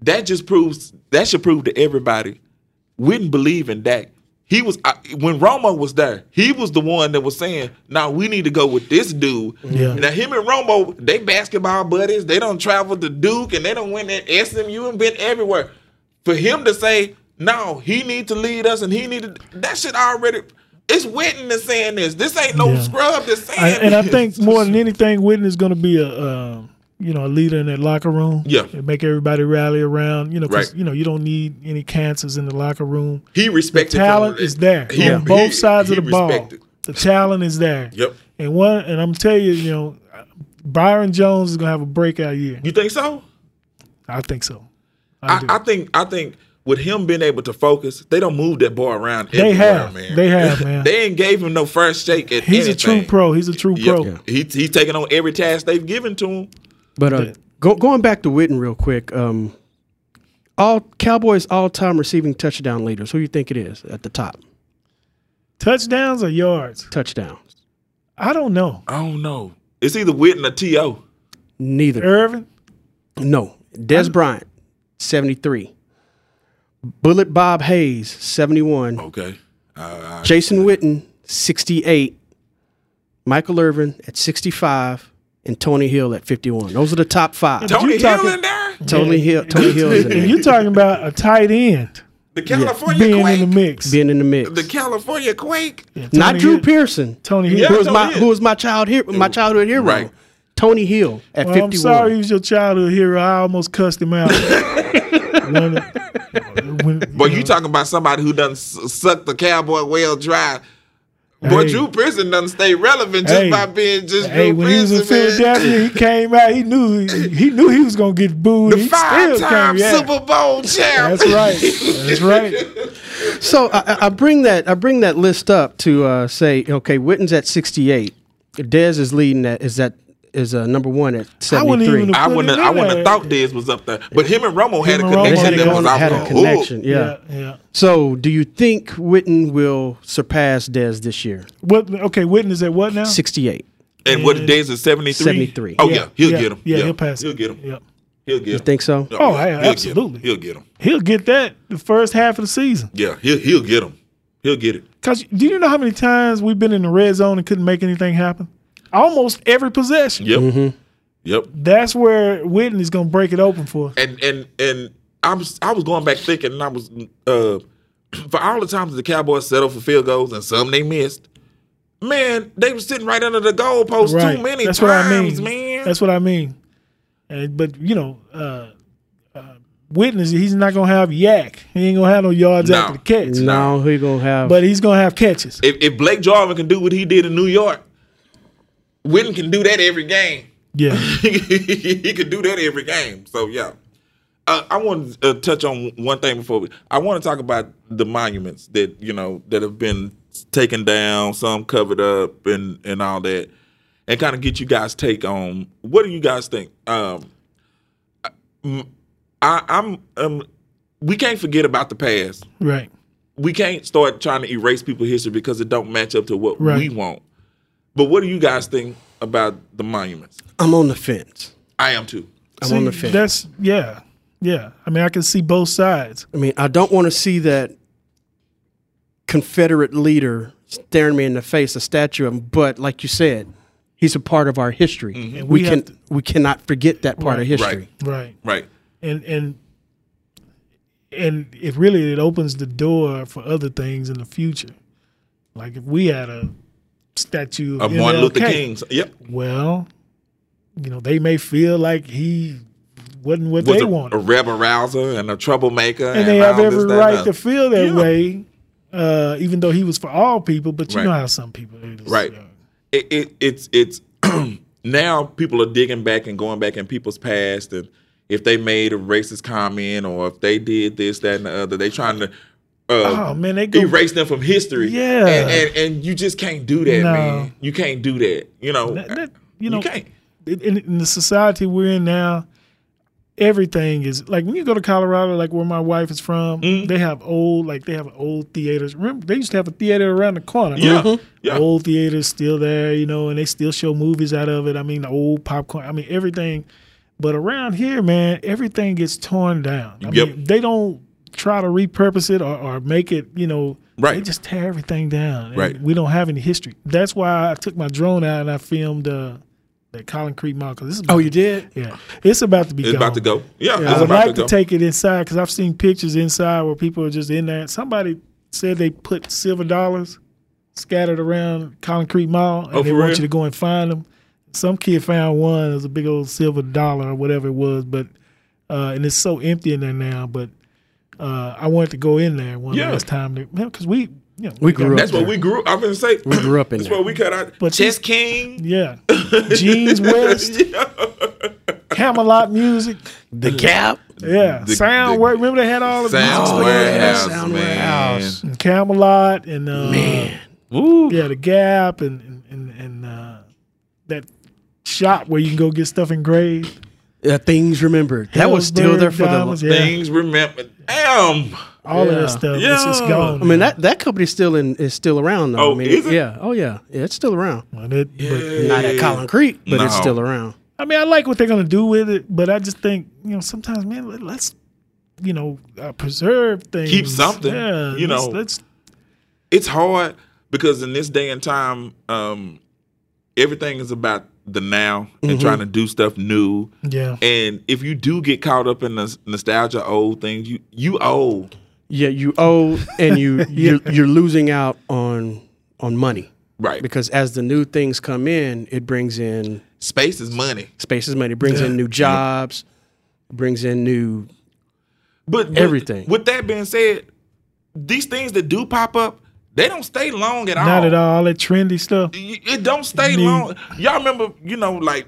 C: That just proves that should prove to everybody. We didn't believe in Dak. He was I, when Romo was there. He was the one that was saying, "Now we need to go with this dude."
B: Yeah.
C: Now him and Romo, they basketball buddies. They don't travel to Duke and they don't win at SMU and been everywhere. For him to say, "No, he need to lead us and he need to," that shit already. It's Witten that's saying this. This ain't no
B: Yeah.
C: scrub that's saying.
B: I,
C: *laughs*
B: and I
C: this.
B: think more than anything, Witten is gonna be a um, you know, a leader in that locker room.
C: Yeah.
B: And make everybody rally around. You know, 'cause,
C: Right.
B: you know, you don't need any cancers in the locker room.
C: he respected
B: talent
C: him.
B: is there
C: He-
B: on both
C: he-
B: sides
C: he
B: of the ball.
C: respected.
B: The talent is there.
C: Yep.
B: And one, and I'm telling you, you know, Byron Jones is gonna have a breakout year.
C: You think so?
B: I think so. I
C: I,
B: do.
C: I think I think with him being able to focus, they don't move that boy around.
B: They
C: everywhere,
B: have.
C: man.
B: They have, man.
C: they ain't gave him no first shake at
B: He's a true
C: anything.
B: pro. He's a true
C: Yep.
B: pro.
C: He he's taking on every task they've given to him.
A: But uh,
B: But-
A: go, going back to Witten real quick, um, all Cowboys all-time receiving touchdown leaders. Who you think it is at the top?
B: Touchdowns or yards?
A: Touchdowns.
B: I don't know.
C: I don't know. It's either Witten or T.O.
A: Neither.
B: Irvin?
A: No. Des Bryant, seventy-three. Bullet Bob Hayes, seventy-one.
C: Okay. Uh,
A: Jason Witten, sixty-eight. Michael Irvin at sixty-five, and Tony Hill at fifty-one. Those are the top five.
C: Tony
B: you
C: Hill
B: talking-
C: in there?
A: Tony Hill. Tony Hill is in
B: And
A: there,
B: you're talking about a tight end
C: The California
B: being
C: Quake.
B: in the mix.
A: being in the mix.
C: the California Quake.
B: Yeah, Tony
A: Not Drew
B: Hill-
A: Pearson.
B: Tony
C: Yeah.
B: Hill.
A: who was
C: Tony
A: my
C: Hill.
A: who was my child hero, my childhood hero,
C: Right.
A: Tony Hill at
B: Well, I'm
A: fifty
B: sorry he
A: one.
B: was your childhood hero. I almost cussed him
C: *laughs*
B: out. When- when-
C: But you talking about somebody who done s- suck the cowboy well dry. Boy,
B: Hey.
C: Drew Pearson done stay relevant just
B: Hey.
C: by being just
B: Hey,
C: Drew
B: when he was in
C: Pearson, man.
B: Philadelphia, he came out. He knew he knew he was gonna get booed.
C: The
B: he
C: five-time
B: yeah.
C: Super Bowl champ.
B: That's right. That's right.
A: So I- I, I bring that I bring that list up to uh, say okay, Witten's at sixty eight. Dez is leading that is that is uh, number one at
B: I wouldn't
A: seventy
B: even
A: three.
B: have
C: I
B: put
C: wouldn't.
B: it in
C: I wouldn't
B: there.
C: have thought Dez was up there, but him and Romo had a
B: Him and Romo
C: connection
B: had a
C: that was
B: con-
C: off
A: had
C: the
A: a
C: hook.
A: connection, yeah.
B: Yeah, yeah.
A: So do you think Witten will surpass Dez this year?
B: What? Okay, Witten is at what now?
A: Sixty eight.
C: And what Dez is 73?
A: 73.
C: Oh yeah, he'll get him.
B: Mm-hmm. Yeah, he'll pass.
C: He'll
B: it.
C: get him.
B: Yep.
C: He'll get him.
A: Think so?
B: Oh, yeah,
C: he'll get him.
B: absolutely.
C: He'll get him.
B: He'll get that the first half of the season.
C: Yeah, he'll he'll get him. He'll get it.
B: Cause do you know how many times we've been in the red zone and couldn't make anything happen? Almost every possession.
C: Yep. Yep.
B: That's where Witten is gonna break it open for. us.
C: and and and I was I was going back thinking, and I was uh, *clears throat* for all the times the Cowboys settled for field goals and some they missed. Man, they were sitting right under the goalpost
B: Right.
C: too many
B: That's
C: times,
B: what I mean.
C: man.
B: That's what I mean. And, but you know, uh, uh, Witten is he's not gonna have yak. He ain't gonna have no yards
C: No.
B: after the catch.
A: No, he gonna have.
B: But he's gonna have catches.
C: if, if Blake Jarvin can do what he did in New York, Witten can do that every game. *laughs*
B: Yeah.
C: he could do that every game. So yeah, uh, I want to uh, touch on one thing before we. I want to talk about the monuments that you know that have been taken down, some covered up, and and all that, and kind of get you guys' take on what do you guys think. Um, I, I'm um, we can't forget about the past.
B: Right.
C: We can't start trying to erase people's history because it don't match up to what we
B: Right.
C: want. But what do you guys think about the monuments?
A: I'm on the fence.
C: I am too.
A: I'm
B: See,
A: on the fence.
B: That's yeah, yeah. I mean, I can see both sides.
A: I mean, I don't want to see that Confederate leader staring me in the face, a statue of him. But like you said, He's a part of our history.
B: And
A: We,
B: we
A: can
B: have to-
A: we cannot forget that part of
B: Right.
A: history.
C: Right.
B: right.
C: Right.
B: and and and it really it opens the door for other things in the future. Like if we had a statue
C: Of
B: of
C: Martin Luther
B: MLK,
C: King's. Yep.
B: well, you know they may feel like he wasn't what
C: Was
B: they
C: a,
B: wanted,
C: a rebel rouser and a troublemaker.
B: and they have
C: all this,
B: every
C: that, and
B: right
C: other.
B: to feel that
C: Yeah.
B: way, uh, even though he was for all people. But you
C: Right.
B: know how some people are just,
C: Right.
B: uh,
C: it, it it's it's *clears throat* now people are digging back and going back in people's past and if they made a racist comment or if they did this that and the other they trying to uh,
B: oh man, they go
C: erase them from history
B: Yeah.
C: and, and and you just can't do that
B: No.
C: man you can't do that you know
B: That- that- you know,
C: can't
B: in, in- in the society we're in now, everything is like when you go to Colorado, like where my wife is from,
C: Mm-hmm.
B: they have old like they have old theaters. Remember, they used to have a theater around the corner.
C: yeah
A: Mhm.
C: yeah
B: The old theater's still there, you know, and they still show movies out of it. I mean, the old popcorn. I mean, everything. But around here, man, everything gets torn down. I
C: Yep.
B: mean, they don't try to repurpose it or, or make it, you know. They
C: Right.
B: just tear everything down. and
C: Right.
B: We don't have any history. That's why I took my drone out and I filmed uh, that Colin Creek Mall because this is.
A: Oh, you did?
B: Yeah, it's about to be.
C: it's about to
B: gone.
C: go yeah,
B: I
C: it's
B: would
C: about
B: like
C: to
B: to,
C: go
B: take it inside because I've seen pictures inside where people are just in there. Somebody said they put silver dollars scattered around Concrete Mall, and
C: Oh,
B: they
C: for
B: want
C: real?
B: you to go and find them. Some kid found one. It was a big old silver dollar or whatever it was, but uh, and it's so empty in there now. But uh, I wanted to go in there one
C: Yeah.
B: last time because we, you know,
A: We grew
B: got-
A: up.
C: that's what we grew i'm gonna say
A: We grew up in
C: that's
A: there.
C: what we cut out
B: But
C: chess king *laughs*
B: Yeah, jeans West, Camelot music.
A: The Gap.
B: Yeah,
C: The-
B: Sound
C: the-
B: Wa- Remember they had all the
C: sound
A: yeah,
C: warehouse
A: Sound
C: man
A: Warehouse.
B: and Camelot and uh,
A: Woo.
B: yeah, the Gap and and and, and uh, that shop where you can go get stuff engraved.
A: Yeah, Uh, things remembered. That was still there for
B: Diamonds,
A: the.
B: yeah,
C: things remember damn
B: all of
A: Yeah.
B: that stuff. It's just
C: Yeah.
B: gone.
A: I mean that that company's still in is still around though.
C: Oh,
A: I mean,
C: is it?
A: yeah. Oh yeah. Yeah, it's still around.
B: And it- but-
A: Not at Collin Creek, but it's
C: No.
A: still around.
B: I mean, I like what they're gonna do with it, but I just think you know sometimes, man, let, let's you know uh, preserve things,
C: Keep something,
B: Yeah,
C: you
B: let's-
C: know.
B: let's
C: it's hard because in this day and time, um, everything is about the now
B: Mm-hmm.
C: and trying to do stuff new.
B: yeah.
C: And if you do get caught up in the nostalgia, old things, you you old.
A: Yeah, you owe and you you're, you're losing out on on money
C: Right.
A: because as the new things come in, it brings in
C: Space is money.
A: space is money. It brings in new jobs, brings in new.
C: But, but
A: Everything.
C: With that being said, these things that do pop up, they don't stay long at all.
B: Not at all. All that trendy stuff.
C: Y- It don't stay
B: New-
C: long. Y'all remember, you know, like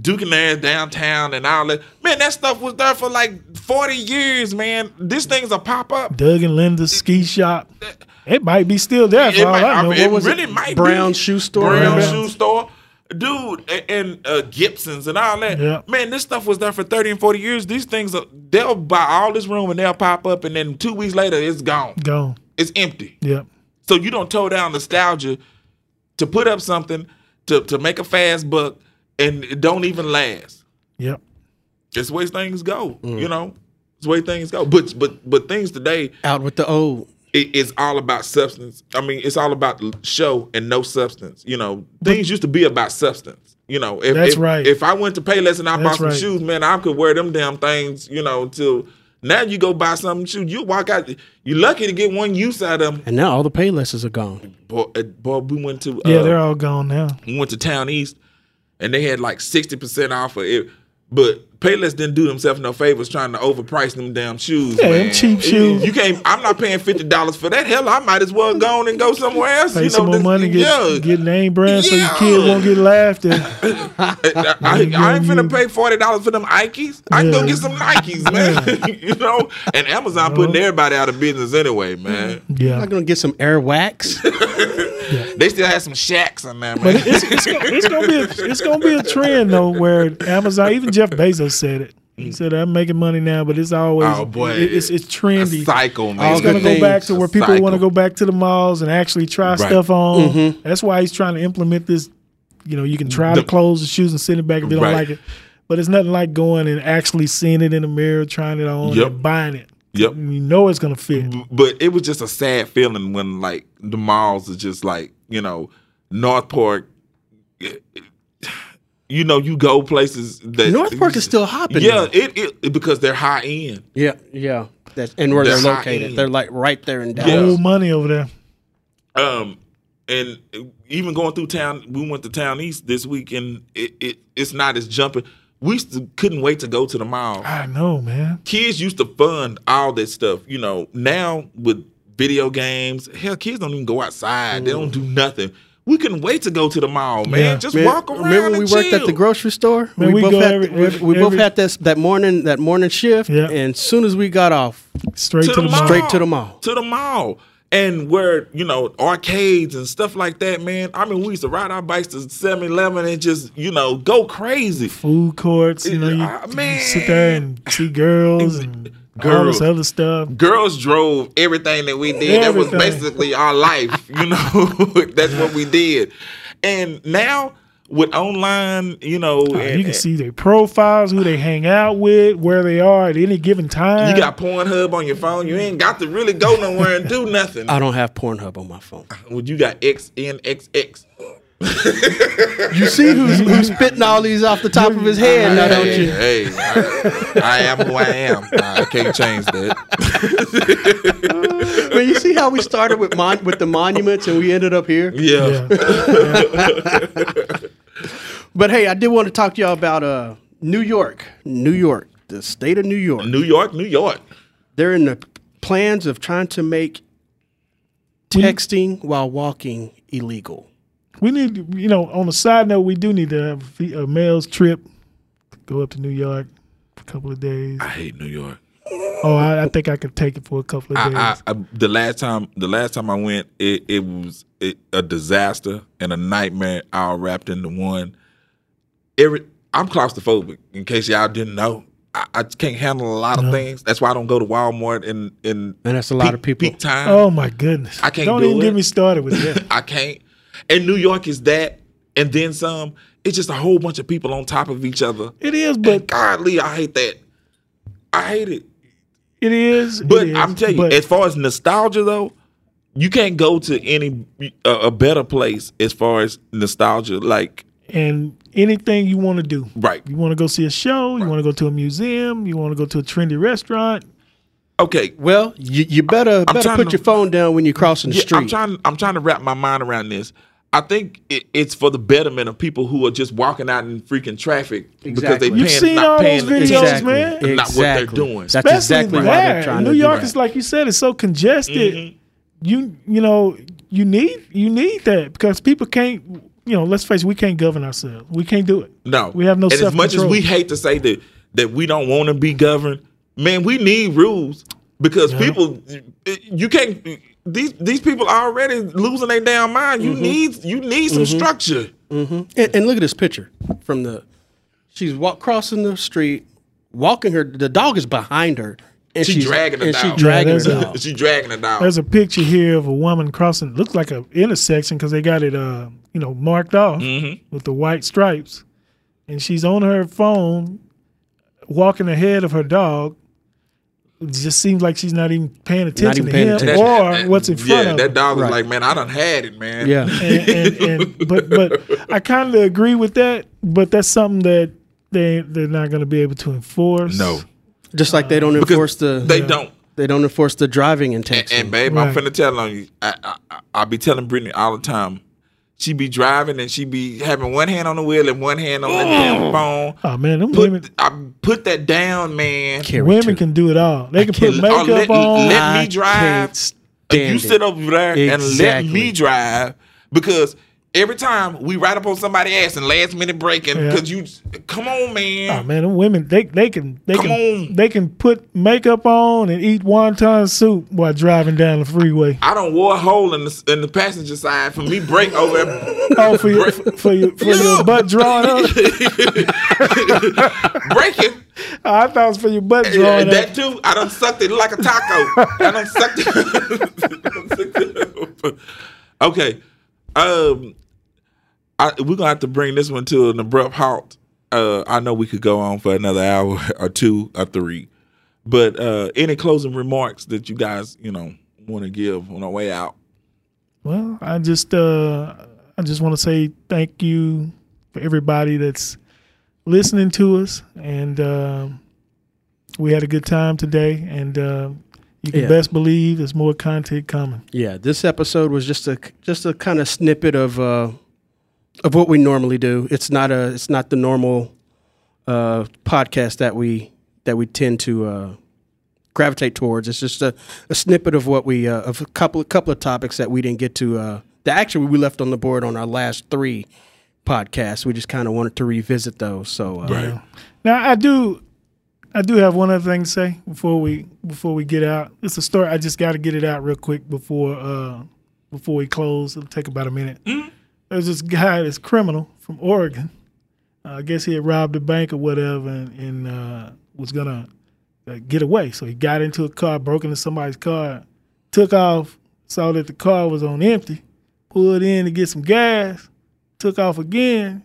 C: Duke and Air downtown and all that. Man, that stuff was there for like 40 years, man. These things will pop up.
B: Doug and Linda's ski shop. It might be still there for
C: It
B: all
C: might-
B: I
C: I
B: know. What
C: mean, it
B: was
C: really might be.
A: Brown shoe store.
C: Brown
B: Brown.
C: shoe store. Dude, a- and uh, Gibson's and all that.
B: Yeah.
C: Man, this stuff was there for 30 and 40 years. These things, are, they'll buy all this room and they'll pop up, and then two weeks later, it's gone.
B: gone?
C: It's empty.
B: Yep.
C: So you don't tow down nostalgia to put up something to, to make a fast buck, and it don't even last.
B: Yep.
C: It's the way things go, you know? It's the way things go. But but but things today,
A: Out with the old.
C: it, it's all about substance. I mean, it's all about l- show and no substance. You know, things used to be about substance. You know, if,
B: That's
C: if,
B: right.
C: If I went to Payless and I bought
B: That's
C: some
B: right.
C: shoes, man, I could wear them damn things. You know, till now you go buy something shoe, you walk out. You lucky to get one use out of them.
A: And now all the paylesses are gone.
C: Boy, uh, boy we went to uh,
B: Yeah, they're all gone now.
C: we went to Town East, and they had like sixty percent off of it. But Payless didn't do themselves no favors trying to overprice them damn shoes.
B: Yeah, them
C: man.
B: cheap
C: You-
B: shoes.
C: You can't. I'm not paying fifty dollars for that. Hell, I might as well go on and go somewhere else.
B: Pay
C: you know,
B: some more
C: this-
B: money, get
C: yeah.
B: get name brand so your
C: Yeah.
B: kid won't get laughed at.
C: *laughs* I, I- I ain't
B: Yeah.
C: finna pay forty dollars for them Nikes. I can
B: Yeah.
C: go get some Nikes, man. *laughs* you know, and Amazon
B: Uh-huh.
C: putting everybody out of business anyway, man.
B: Yeah,
A: I'm gonna get some air
C: *laughs*
A: wax.
C: They still have some shacks on there,
B: but
C: man.
B: it's, it's, gonna, it's gonna be a, it's gonna be a trend though where Amazon, even Jeff Bezos said it. He said I'm making money now, but it's always
C: Mm. Oh, boy.
B: it- it's it's
C: A
B: trendy.
C: cycle, man.
A: All
B: It's gonna
A: good
B: go back
A: things.
B: to
C: A
B: where people want
C: cycle. Mm-hmm.
B: to go back to the malls and actually try stuff on. That's why he's trying to implement this. You know, you can try the,
C: The-
B: clothes and shoes and send it back if you don't
C: Right.
B: like it, but it's nothing like going and actually seeing it in the mirror, trying it on,
C: Yep.
B: and buying it.
C: Yep.
B: And you know it's gonna fit.
C: but it was just a sad feeling when like the malls are just like you know North Park eh, you know, you go places that
A: North Park is still hopping
C: Yeah,
A: now.
C: it, it because they're high end.
A: Yeah, yeah. That's, and where they're,
C: They're high
A: located.
C: end.
A: They're like right there in Dallas.
C: Yeah.
B: Old money over there.
C: Um, and even going through town, we went to town east this week, and it, it it's not as jumping. We used to, couldn't wait to go to the mall.
B: I know, man.
C: Kids used to fund all that stuff, you know. Now with video games, hell, kids don't even go outside. They don't do nothing. We couldn't wait to go to the mall, man.
B: Yeah.
C: Just
A: Mm-hmm. Man,
C: walk around.
A: Remember we
C: and
A: worked at the
C: chill.
A: grocery store.
B: Man,
A: we
B: we
A: both
B: go
A: had
B: every-
A: we,
B: every-
A: we both
B: every-
A: had this that morning that morning shift.
B: Yeah.
A: And soon as we got off,
B: Straight to, the, mall.
A: Straight to the mall.
C: To the mall. And where, you know, arcades and stuff like that, man. I mean, we used to ride our bikes to 7 Eleven and just, you know, go crazy.
B: Food courts, you know, you,
C: Ah,
B: you
C: man.
B: sit there and see
C: *laughs*
B: girls and all
C: Girls.
B: this other stuff.
C: Girls drove everything that we did. That was
B: Everything.
C: basically our life, you know. *laughs* That's what we did. And now with online, you know, and-
B: you can see their profiles, who they hang out with, where they are at any given time.
C: you got *laughs* Pornhub on your phone. You ain't got to really go nowhere and do nothing.
A: I don't have Pornhub on my phone.
C: Well, you got XNXX.
A: You see who's who's spitting all these off the top of his head
C: *laughs*
A: now, don't
C: hey,
A: you?
C: Hey, I, I am who I am. I can't change that. *laughs*
A: But you see how we started with mon- with the monuments and we ended up here.
C: Yeah.
B: Yeah.
A: But hey, I did want to talk to y'all about uh New York, New York, the state of New York.
C: New York, New York.
A: They're in the plans of trying to make texting while walking illegal.
B: We need, you know, on a side note, we do need to have a fe- a male's trip, go up to New York for a couple of days.
C: I hate New York.
B: Oh, I, I think I could take it for a couple of days.
C: I, I, I the last time the last time I went, it, it was it, a disaster and a nightmare all wrapped into one. Every I'm claustrophobic. In case y'all didn't know, I, I just can't handle a lot of things. That's why I don't go to Walmart in in
A: And that's a lot of people.
C: peak time.
B: oh my goodness!
C: I can't
B: Don't
C: do
B: even
C: it.
B: get me started with
C: *laughs*
B: that.
C: I can't. And New York is that, and then some. It's just a whole bunch of people on top of each other.
B: it is,
C: But
B: but
C: godly, I hate that. I hate it.
B: it is. it
C: But
B: is,
C: I'm telling you,
B: but
C: as far as nostalgia though, you can't go to any uh, a better place as far as nostalgia. Like
B: and anything you want to do,
C: right,
B: you want to go see a show, you want to go to a museum, you want to go to a trendy restaurant.
C: okay.
A: Well, you, you better better
C: trying
A: put
C: to-
A: your phone down when you're crossing the
C: Yeah,
A: street.
C: I'm trying. I'm trying to wrap my mind around this. I think it, it's for the betterment of people who are just walking out in freaking traffic because they
A: Exactly.
C: paying,
A: You've
B: seen
C: not
B: all those
C: paying attention.
B: videos, man.
C: Not what they're doing.
A: That's
B: Especially
A: exactly why
B: there.
A: they're trying
B: New
A: to
B: York
A: do
B: is like you said, it's so congested. You you know you need you need that because people can't. You know, let's face it, we can't govern ourselves. We can't do it.
C: No,
B: We have no
C: And as much as
B: self-control.
C: we hate to say that that we don't want to be governed, man, we need rules because people, you can't. These these people are already losing their damn mind.
B: Mm-hmm.
C: You need you need some structure.
A: that. And, and look at this picture from the. She's walk, crossing the street, walking her. The dog is behind her, and
C: She
A: she's
C: dragging the
A: and she
C: dog.
A: dragging
B: Yeah,
A: her
B: there's a-
A: dog.
C: *laughs* She dragging it down.
B: There's a picture here of a woman crossing. Looks like an intersection because they got it, uh, you know, marked off
C: Mm-hmm.
B: with the white stripes, and she's on her phone, walking ahead of her dog. It just seems like she's not even paying
A: even
B: attention to
A: paying
B: him
A: attention.
B: or
C: That-
B: what's in front
C: yeah,
B: of
C: that
B: her.
C: dog was
A: Right.
C: like, man, I done had it, man.
A: Yeah,
B: and, and,
C: *laughs*
B: and but but I kind of agree with that. But that's something that they they're not going to be able to enforce.
C: no,
A: just like they don't enforce the
C: Uh, they don't.
A: they don't enforce the driving in
C: And,
A: Texas.
C: and babe, I'm
B: Right.
C: finna tell on you. I, I I I be telling Brittany all the time. She be driving and she be having one hand on the wheel and one hand on the damn phone.
B: Oh man, them women
C: Put I put that down, man.
A: Carry
B: women
A: two.
B: can do it all. They can
C: can't-
B: put
C: oh,
B: makeup
C: let-
B: on.
C: let-
A: I
C: me drive.
A: can't stand
C: you
A: it.
C: sit over there and let
A: Exactly.
C: me drive because every time we ride up on somebody's ass and last minute braking
B: Yeah.
C: because you come on
B: Oh
A: Um,
C: man
B: man, them women they they can they
C: Come
B: can
C: on.
B: they can put makeup on and eat wonton soup while driving down the
C: *laughs*
B: freeway.
C: I don't wore a hole in the in the passenger side for me
A: *laughs*
C: break over.
B: Oh, for your for your for your butt drawing up.
C: *laughs* Breaking
B: I thought it was for your butt drawing up.
C: that too. I done sucked it like a taco. I done sucked it. *laughs* I done sucked it up. okay, um, I, we're gonna have to bring this one to an abrupt halt. Uh, I know we could go on for another hour *laughs* or two or three, but uh, any closing remarks that you guys you know want to give on our way out?
B: Well, I just uh I just want to say thank you for everybody that's listening to us. And um we had a good time today. And uh, you can
A: Yeah.
B: best believe there's more content coming.
A: Yeah, this episode was just a just a kind of snippet of uh, of what we normally do. It's not a it's not the normal uh, podcast that we that we tend to uh, gravitate towards. It's just a, a snippet of what we uh, of a couple couple of topics that we didn't get to. Uh, that actually we left on the board on our last three podcasts. We just kind of wanted to revisit those. So uh,
B: Right. Now I do I do have one other thing to say before we before we get out. It's a story I just gotta get it out real quick before uh before we close. It'll take about a minute. There's this guy, this criminal from Oregon. Uh, I guess he had robbed a bank or whatever and, and uh, was gonna uh, get away. So he got into a car, broke into somebody's car, took off, saw that the car was on empty, pulled in to get some gas, took off again,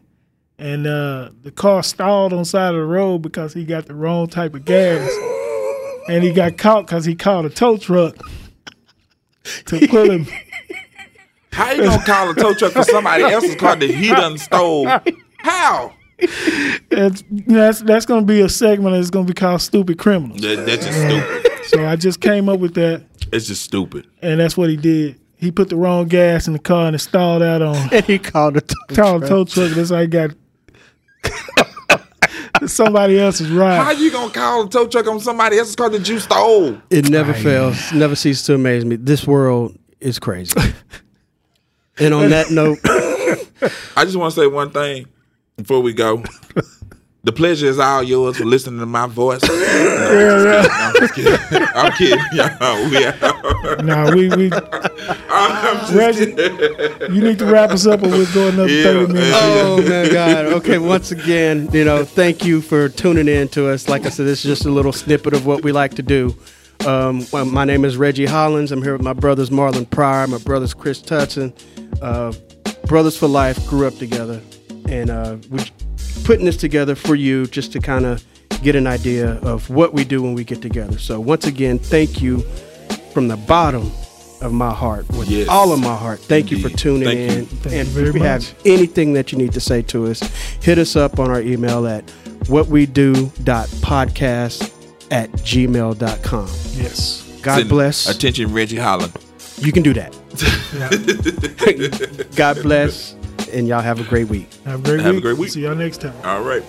B: and uh, the car stalled on the side of the road because he got the wrong type of gas, and he got caught because he called a tow truck to pull him.
C: How you gonna call a tow truck for somebody else's car that he done stole? How?
B: That's that's, that's going to be a segment that's going to be called "Stupid Criminals."
C: That, that's just stupid.
B: So I just came up with that,
C: It's just stupid.
B: and that's what he did. He put the wrong gas in the car and it stalled out on
A: and *laughs* he called it.
B: called a tow truck. That's how he got *laughs* somebody else's ride.
C: How you gonna call a tow truck on somebody else's car that you stole?
A: It never fails, never ceases to amaze me. This world is crazy. and on that note,
C: I just want to say one thing before we go. The pleasure is all yours for listening to my voice. No, I'm just kidding. *laughs* I'm kidding. I'm kidding. Yeah, we-
B: Nah, we we
C: *laughs* I'm just
B: Reggie, you need to wrap us up, or we're going another
C: Yeah,
B: thirty minutes.
C: uh,
A: oh man, God. Okay, once again, you know, thank you for tuning in to us. Like I said, this is just a little snippet of what we like to do. Um, well, my name is Reggie Hollins. I'm here with my brothers Marlon Pryor, my brothers Chris Tutson. Uh, brothers for life grew up together, and uh, we're putting this together for you just to kind of get an idea of what we do when we get together. So once again, thank you from the bottom of my heart, with
C: Yes.
A: all of my heart. Thank you for
C: Indeed.
A: tuning
C: Thank
A: in
C: you.
B: Thank
A: and
B: you very
A: if you
B: much.
A: have anything that you need to say to us, hit us up on our email at whatwedo.podcast at gmail.com.
B: Yes.
A: God bless.
C: Attention, Reggie Holland.
A: You can do that.
B: Yeah.
A: God bless, and y'all have a great week.
B: Have a great
C: Have a
B: week.
C: great week.
B: See y'all next time.
C: All right.